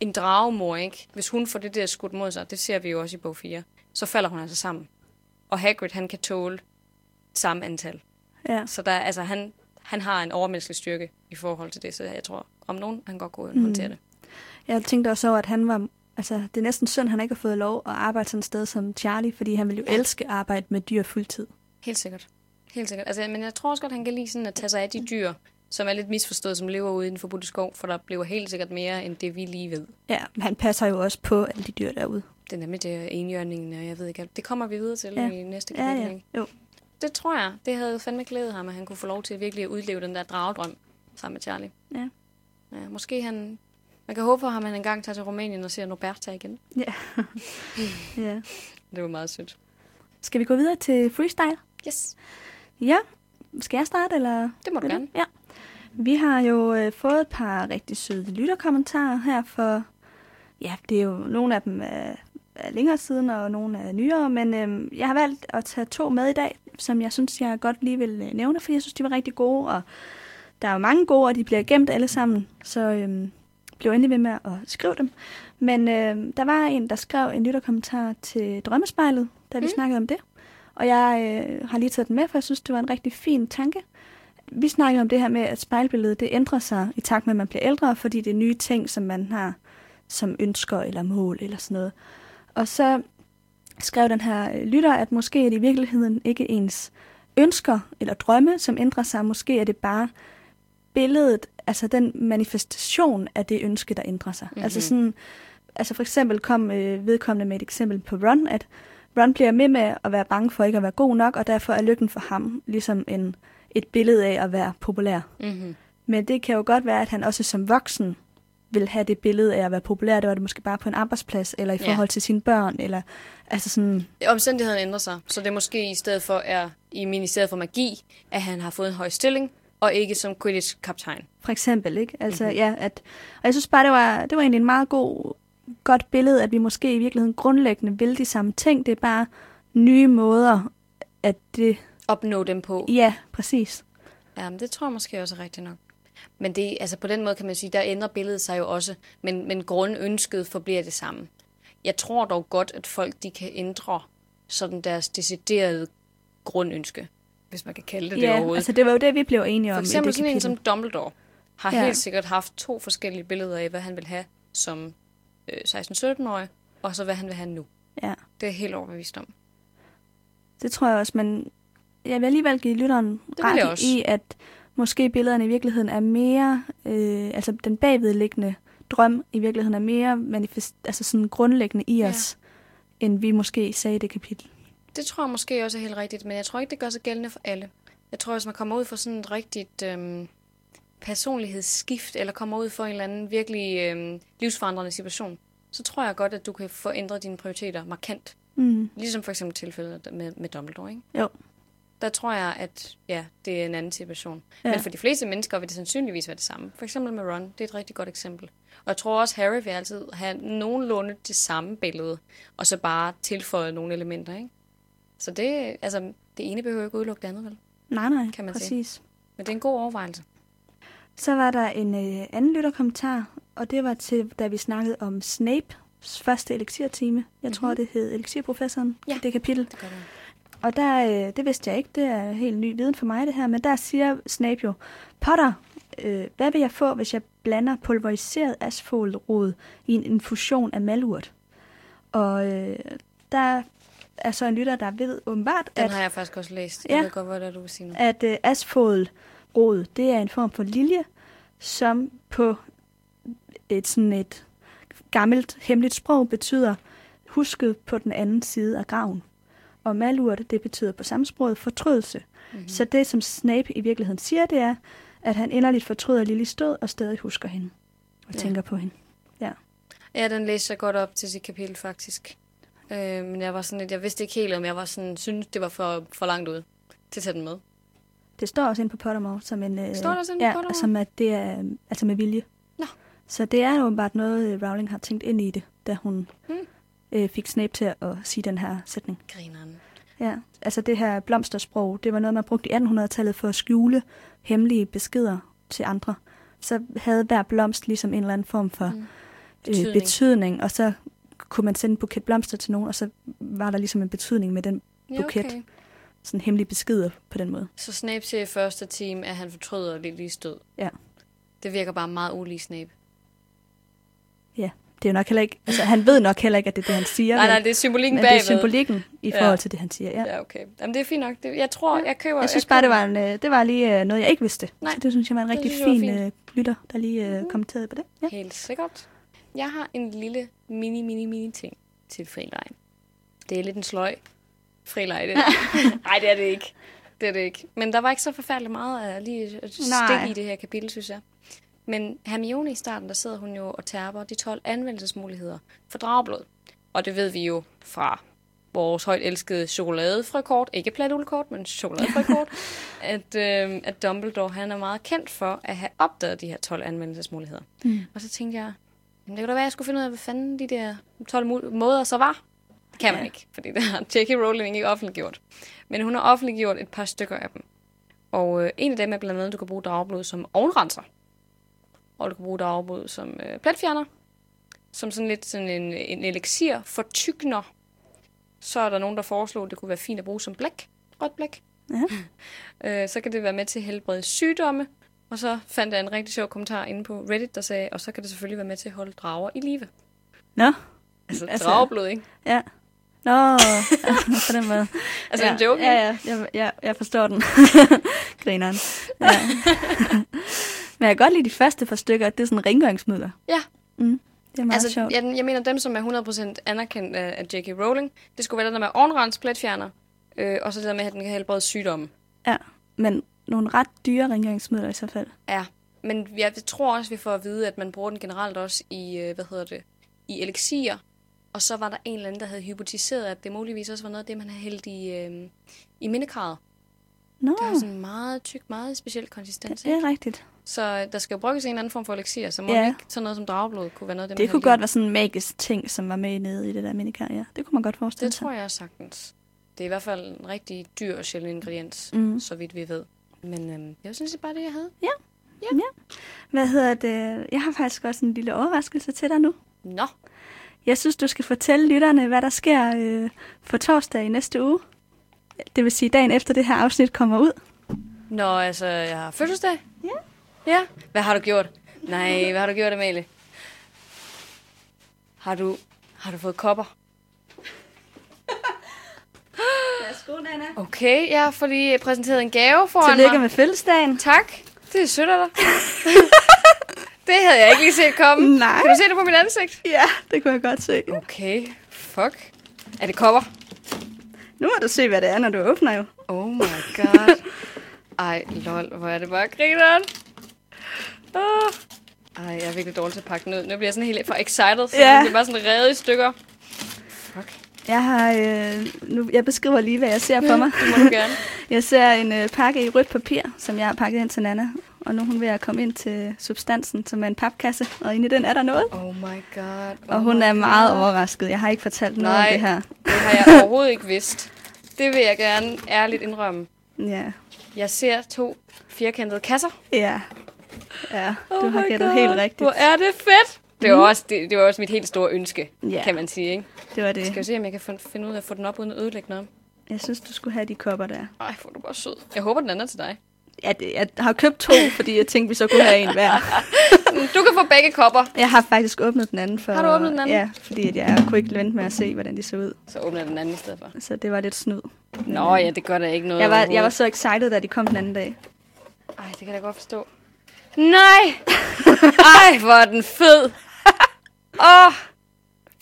S2: En dragemor, ikke? Hvis hun får det der skudt mod sig, det ser vi jo også i bog 4, så falder hun altså sammen. Og Hagrid, han kan tåle samme antal.
S3: Ja.
S2: Så der, altså, han, han har en overmenneskelig styrke i forhold til det, så jeg tror, om nogen, han godt kunne håndtere det.
S3: Jeg tænkte også over, at han var... Altså, det er næsten synd, han ikke har fået lov at arbejde sådan et sted som Charlie, fordi han ville jo elske at arbejde med dyr fuldtid.
S2: Helt sikkert. Helt sikkert. Altså, men jeg tror også godt, han kan lide sådan at tage sig af de dyr, som er lidt misforstået, som lever ude i den forbudte skov, for der bliver helt sikkert mere, end det vi lige ved.
S3: Ja, men han passer jo også på alle de dyr derude.
S2: Det er nemlig det enhjørningen, og jeg ved ikke alt. Det kommer vi videre til ja.
S3: Ja.
S2: i næste
S3: Ja,
S2: kapitel.
S3: ja.
S2: ikke?
S3: Jo.
S2: Det tror jeg, det havde fandme glædet ham, at han kunne få lov til virkelig at udleve den der dragedrøm sammen med Charlie.
S3: Ja.
S2: ja måske han... Man kan håbe for ham, at han engang tager til Rumænien og ser Norberta igen.
S3: Ja. ja.
S2: Det var meget sødt.
S3: Skal vi gå videre til freestyle?
S2: Yes,
S3: Ja. Skal jeg starte, eller?
S2: det må du
S3: Vil
S2: gerne.
S3: Ja. Vi har jo øh, fået et par rigtig søde lytterkommentarer her for... Ja, det er jo nogle af dem er, er længere siden, og nogle er nyere, men øh, jeg har valgt at tage to med i dag, som jeg synes, jeg godt lige vil øh, nævne, fordi jeg synes, de var rigtig gode, og der er jo mange gode, og de bliver gemt alle sammen, så øh, bliv endelig ved med at skrive dem. Men øh, der var en, der skrev en lytterkommentar til Drømmespejlet, da vi mm. snakkede om det, og jeg øh, har lige taget den med, for jeg synes, det var en rigtig fin tanke, vi snakkede om det her med, at spejlbilledet det ændrer sig i takt med, at man bliver ældre, fordi det er nye ting, som man har som ønsker eller mål eller sådan noget. Og så skrev den her øh, lytter, at måske er det i virkeligheden ikke ens ønsker eller drømme, som ændrer sig. Måske er det bare billedet, altså den manifestation af det ønske, der ændrer sig. Mm-hmm. Altså sådan, altså for eksempel kom øh, vedkommende med et eksempel på Ron, at Ron bliver med med at være bange for ikke at være god nok, og derfor er lykken for ham ligesom en, et billede af at være populær.
S2: Mm-hmm.
S3: Men det kan jo godt være, at han også som voksen vil have det billede af at være populær. Det var det måske bare på en arbejdsplads, eller i
S2: Ja.
S3: forhold til sine børn, eller altså sådan,
S2: omstændighederne ændrer sig, så det måske i stedet for er i ministeriet for magi, at han har fået en høj stilling, og ikke som Quidditch-kaptajn.
S3: for eksempel, ikke? Altså, mm-hmm. ja, at, og jeg synes bare, det var, det var egentlig en meget god, godt billede, at vi måske i virkeligheden grundlæggende vil de samme ting. Det er bare nye måder, at det,
S2: Opnå dem på.
S3: ja, præcis.
S2: Ja, men det tror jeg måske også er rigtigt nok. Men det, altså på den måde kan man sige, der ændrer billedet sig jo også, men, men grundønsket forbliver det samme. Jeg tror dog godt, at folk de kan ændre sådan deres deciderede grundønske, hvis man kan kalde det det
S3: ja,
S2: overhovedet.
S3: altså det var jo det, vi blev enige
S2: For
S3: om. i
S2: eksempel
S3: det
S2: sådan en som
S3: kapitel.
S2: Dumbledore har ja.
S3: Ja.
S2: helt sikkert haft to forskellige billeder af, hvad han vil have som øh, 16-17-årig, og så hvad han vil have nu.
S3: Ja.
S2: Det er jeg helt overbevist om.
S3: Det tror jeg også, men jeg vil alligevel give lytteren
S2: vil jeg
S3: ret
S2: også.
S3: i, at måske billederne i virkeligheden er mere, øh, altså den bagvedliggende drøm i virkeligheden er mere manifest, altså sådan grundlæggende i
S2: Ja.
S3: os, end vi måske sagde i det kapitel.
S2: Det tror jeg måske også er helt rigtigt, men jeg tror ikke, det gør sig gældende for alle. Jeg tror, hvis man kommer ud for sådan et rigtigt øhm, personlighedsskift, eller kommer ud for en eller anden virkelig øhm, livsforandrende situation, så tror jeg godt, at du kan få ændret dine prioriteter markant.
S3: Mm.
S2: Ligesom for eksempel tilfældet med, med Dumbledore, ikke?
S3: Jo.
S2: Der tror jeg, at ja, det er en anden situation.
S3: Ja.
S2: Ja. Men for de fleste mennesker vil det sandsynligvis være det samme. For eksempel med Ron, det er et rigtig godt eksempel. Og jeg tror også, Harry vil altid have nogenlunde det samme billede, og så bare tilføje nogle elementer, ikke? Så det, altså, det ene behøver ikke udelukke det andet, vel?
S3: Nej, nej,
S2: Kan man sige.
S3: præcis.
S2: Men det er en god overvejelse.
S3: Så var der en øh, anden lytterkommentar, og det var til, da vi snakkede om Snapes første elixirtime. Jeg mm-hmm. tror,
S2: Mhm.
S3: det hed Elixirprofessoren
S2: Ja.
S3: i det kapitel.
S2: Det gør det.
S3: Og der, øh, det vidste jeg ikke, det er helt ny viden for mig det her, men der siger Snape jo, Potter, øh, hvad vil jeg få, hvis jeg blander pulveriseret asfaltrod i en infusion af malurt? Og øh, der er så en lytter, der ved åbenbart,
S2: Den
S3: at
S2: har jeg faktisk også læst.
S3: Ja.
S2: Jeg ved godt, hvad det er, du vil sige nu.
S3: at øh, asfodrod, det er en form for lilje, som på et sådan et gammelt hemmeligt sprog betyder husket på den anden side af graven. Og malurt, det betyder på samme sprog fortrydelse. Mm-hmm. Så det, som Snape i virkeligheden siger, det er, at han inderligt fortryder Lillys død og stadig husker hende og ja.
S2: Ja.
S3: tænker på hende.
S2: Ja, den læste jeg godt op til sit kapitel, faktisk. Øh, men jeg var sådan lidt, jeg vidste ikke helt, om jeg var sådan, synes det var for, for langt ud til at tage den med.
S3: Det står også inde på Pottermore som en... øh,
S2: Står der også inde på
S3: ja,
S2: Pottermore?
S3: som at det er øh, altså med vilje.
S2: Nå.
S3: Så det er åbenbart noget, øh, Rowling har tænkt ind i det, da hun
S2: Hmm.
S3: øh, fik Snape til at sige den her sætning.
S2: Grineren.
S3: Ja, altså det her blomstersprog, det var noget, man brugte i 1800-tallet for at skjule hemmelige beskeder til andre. Så havde hver blomst ligesom en eller anden form for
S2: Mm.
S3: betydning. Øh,
S2: Betydning.
S3: betydning, og så kunne man sende en buket blomster til nogen, og så var der ligesom en betydning med den Buket.
S2: Ja, okay.
S3: sådan hemmelige beskeder på den måde.
S2: Så Snape siger i første time, at han fortryder Lillys død.
S3: Ja.
S2: Det virker bare meget ulig Snape.
S3: Det er jo nok heller ikke, altså han ved nok heller ikke, at det er det, han siger.
S2: nej,
S3: vel?
S2: nej, det er symbolikken
S3: Men det
S2: bagved.
S3: er symbolikken i
S2: Ja.
S3: forhold til det, han siger. Ja.
S2: Ja, okay. Jamen, det er fint nok. Det, jeg tror,
S3: Ja.
S2: jeg køber...
S3: Jeg synes bare, det var, en, øh, det var lige øh, noget, jeg ikke vidste.
S2: Nej,
S3: Så det synes jeg var en
S2: det
S3: rigtig
S2: synes jeg var
S3: fin øh, lytter, der lige øh,
S2: Mhm.
S3: kommenterede på det. Ja.
S2: køber Helt sikkert. Jeg har en lille mini, mini, mini ting til frileg. Det er lidt en sløj frileg, det. Nej, det er det ikke. Det er det ikke. Men der var ikke så forfærdeligt meget at lige at stikke
S3: Nej.
S2: i det her kapitel, synes jeg. Men Hermione i starten, der sidder hun jo og terper de 12 anvendelsesmuligheder for drageblod. Og det ved vi jo fra vores højt elskede chokoladefrøkort, ikke platulkort, men chokoladefrøkort, at, øh, at Dumbledore han er meget kendt for at have opdaget de her 12 anvendelsesmuligheder.
S3: Mm.
S2: Og så tænkte jeg, jamen, det kunne da være, at jeg skulle finde ud af, hvad fanden de der 12 mu- måder så var. Det kan man
S3: Ja.
S2: ikke, fordi det har J.K. Rowling ikke offentliggjort. Men hun har offentliggjort et par stykker af dem. Og øh, en af dem er blandt andet, at du kan bruge dagblod som ovenrenser. Og du kan bruge dagblod som øh, pletfjerner. Som sådan lidt sådan en, en elixir for tykner. Så er der nogen, der foreslog, at det kunne være fint at bruge som blæk. Rødt blæk.
S3: Ja.
S2: øh, så kan det være med til at helbrede sygdomme. Og så fandt jeg en rigtig sjov kommentar inde på Reddit, der sagde, og så kan det selvfølgelig være med til at holde drager i live.
S3: Nå,
S2: Altså,
S3: Altså-
S2: altså drageblod, ikke?
S3: ja. Nå, på den måde.
S2: Altså,
S3: ja.
S2: en joke,
S3: Ja,
S2: ikke?
S3: ja, jeg, jeg, jeg forstår den. Grineren. Ja. Men jeg kan godt lide de første par stykker, at det er sådan rengøringsmidler.
S2: Ja.
S3: Mm. Det er meget
S2: Altså,
S3: altså, sjovt.
S2: jeg, jeg mener, dem, som er 100% anerkendt af, af J.K. Rowling, det skulle være det der med ovenrens, pletfjerner, øh, og så det der med, at den kan helbrede sygdomme.
S3: Ja. Men nogle ret dyre rengøringsmidler i så fald.
S2: Ja, men jeg tror også, vi får at vide, at man bruger den generelt også i, øh, hvad hedder det, i elixir. Og så var der en eller anden, der havde hypotiseret, at det muligvis også var noget af det, man havde hældt i, øh, i mindekravet.
S3: Nå,
S2: Det har sådan en meget tyk, meget speciel konsistens.
S3: det
S2: Ja.
S3: er rigtigt.
S2: Så øh, der skal jo brygges en eller anden form for elixir, så må
S3: Ja.
S2: ja. ikke sådan noget som drageblod kunne være noget af det,
S3: Det
S2: man
S3: kunne
S2: hældte i.
S3: godt være sådan en magisk ting, som var med nede i det der minikar, ja. Det kunne man godt forestille
S2: Det
S3: sig.
S2: tror jeg sagtens. Det er i hvert fald en rigtig dyr og sjælden ingrediens,
S3: Mm.
S2: mm. så vidt vi ved. Men øhm, jeg synes, det er bare det, jeg havde.
S3: Hvad hedder det? Jeg har faktisk også en lille overraskelse til dig nu.
S2: Nå,
S3: Jeg synes, du skal fortælle lytterne, hvad der sker øh, for torsdag i næste uge. Det vil sige, dagen efter det her afsnit kommer ud.
S2: Nå altså, jeg har fødselsdag.
S3: Ja.
S2: Ja, hvad har du gjort? Nej, hvad har du gjort, Amalie? Har du, har du fået kopper?
S3: Værsgo, Nana.
S2: Okay, jeg får lige præsenteret en gave foran
S3: Tillykke
S2: mig.
S3: med fødselsdagen.
S2: Tak, det er sødt af dig. det havde jeg ikke lige set komme.
S3: Nej.
S2: Kan du se det på mit ansigt?
S3: Ja, det kunne jeg godt se.
S2: Okay, fuck. Er det kopper?
S3: Nu må du se, hvad det er, når du åbner jo.
S2: Oh my god. Ej, lol, hvor er det bare grineren. Oh. Ej, jeg er virkelig dårlig til at pakke den ud. Nu bliver jeg sådan helt for excited, så
S3: Ja.
S2: yeah. det bliver bare sådan revet i stykker. Fuck.
S3: Jeg har, øh, nu, jeg beskriver lige, hvad jeg ser på mig.
S2: Det må du gerne.
S3: Jeg ser en øh, pakke i rødt papir, som jeg har pakket ind til Nana. Og nu er hun ved at komme ind til substansen, som er en papkasse. Og inde i den er der noget.
S2: Oh my god. Oh
S3: Og hun
S2: my
S3: er meget
S2: god.
S3: overrasket. Jeg har ikke fortalt noget
S2: Nej.
S3: om det her.
S2: Det har jeg overhovedet ikke vidst. Det vil jeg gerne ærligt indrømme.
S3: Ja,
S2: Jeg ser to firkantede kasser.
S3: ja. ja. du
S2: Oh
S3: har
S2: my
S3: gættet
S2: God,
S3: helt rigtigt. Mm.
S2: Hvor er det fedt! Det var, også, det, det var også mit helt store ønske,
S3: Ja.
S2: kan man sige. Ikke?
S3: Det var
S2: Skal jeg
S3: det.
S2: se, om jeg kan fin- finde ud af at få den op uden at ødelægge noget?
S3: Jeg synes, du skulle have de kopper der.
S2: Ej, hvor er du bare sød. Jeg håber, den anden er til dig.
S3: Jeg, jeg har købt to, fordi jeg tænkte, vi så kunne have en hver.
S2: Du kan få begge kopper.
S3: Jeg har faktisk åbnet den anden. For,
S2: Har du åbnet den anden?
S3: Ja, fordi at jeg kunne ikke vente med at se, hvordan de så ud.
S2: Så åbner jeg den anden i stedet for.
S3: Så det var lidt snyd. Men,
S2: Nå
S3: øh,
S2: ja, det gør da ikke noget
S3: Jeg var, jeg var
S2: overhovedet.
S3: så excited, da de kom den anden dag.
S2: Ej, det kan jeg da godt forstå. Nej! Ej, hvor er den fed! Åh! Oh,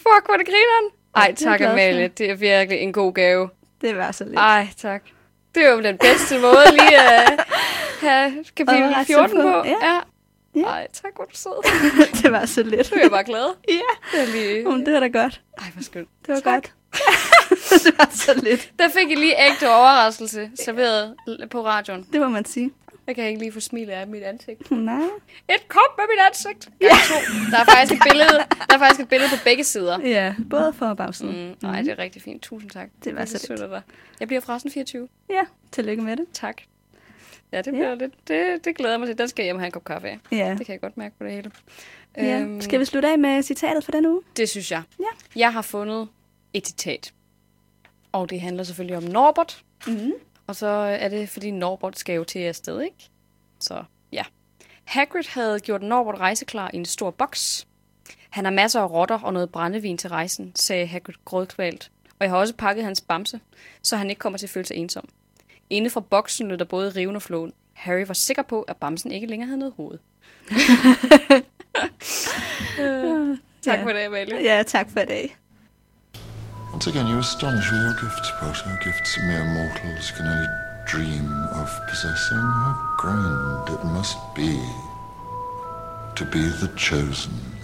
S2: fuck, hvor er det grineren! Ej,
S3: det er jeg
S2: tak
S3: glad for.
S2: Amalie. Det er virkelig en god gave.
S3: Det var så lidt.
S2: Ej, tak. Det er jo den bedste måde lige at have kapitel
S3: Overraske
S2: 14
S3: på,
S2: på.
S3: ja.
S2: Ja.
S3: Ja.
S2: Ej, tak, hvor er du sød.
S3: det var så lidt.
S2: Nu er jeg bare glad.
S3: Ja,
S2: Det er lige...
S3: men det var da godt.
S2: Ej, hvor skønt.
S3: Det var
S2: Tak.
S3: godt. det var så lidt.
S2: Der fik jeg lige ægte overraskelse serveret l- på radioen.
S3: Det må man sige.
S2: Jeg kan ikke lige få smil af mit ansigt.
S3: Nej.
S2: Et kop med mit ansigt! Gange to. Der er faktisk et billede, der er faktisk et billede på begge sider.
S3: Ja, både for og bagsiden. Mm.
S2: Mm, nej, det er rigtig fint. Tusind tak.
S3: Det var så
S2: Virkelig sødt af dig. Jeg bliver forresten 24.
S3: Ja, tillykke med det.
S2: Tak. Ja, det bliver lidt... Det, det glæder jeg mig til. Den skal jeg hjem og have en kop kaffe af.
S3: Ja.
S2: Det kan jeg godt mærke på det hele. Øhm,
S3: ja. Skal vi slutte af med citatet for den uge?
S2: Det synes jeg.
S3: Ja.
S2: Jeg har fundet et citat. Og det handler selvfølgelig om Norbert.
S3: Mm.
S2: Og så er det, fordi Norbert skal jo til afsted, ikke? Så ja. Hagrid havde gjort Norbert rejseklar i en stor boks. Han har masser af rotter og noget brændevin til rejsen, sagde Hagrid grådkvalt. Og jeg har også pakket hans bamse, så han ikke kommer til at føle sig ensom. Inde fra boksen lød der både riven og flåen. Harry var sikker på, at bamsen ikke længere havde noget hoved. øh, tak
S3: Ja.
S2: for det, Amalie.
S3: Ja, tak for i dag.
S1: Once again, you astonish with your gifts, Potter. Gifts mere mortals can only dream of possessing. How grand it must be to be the chosen.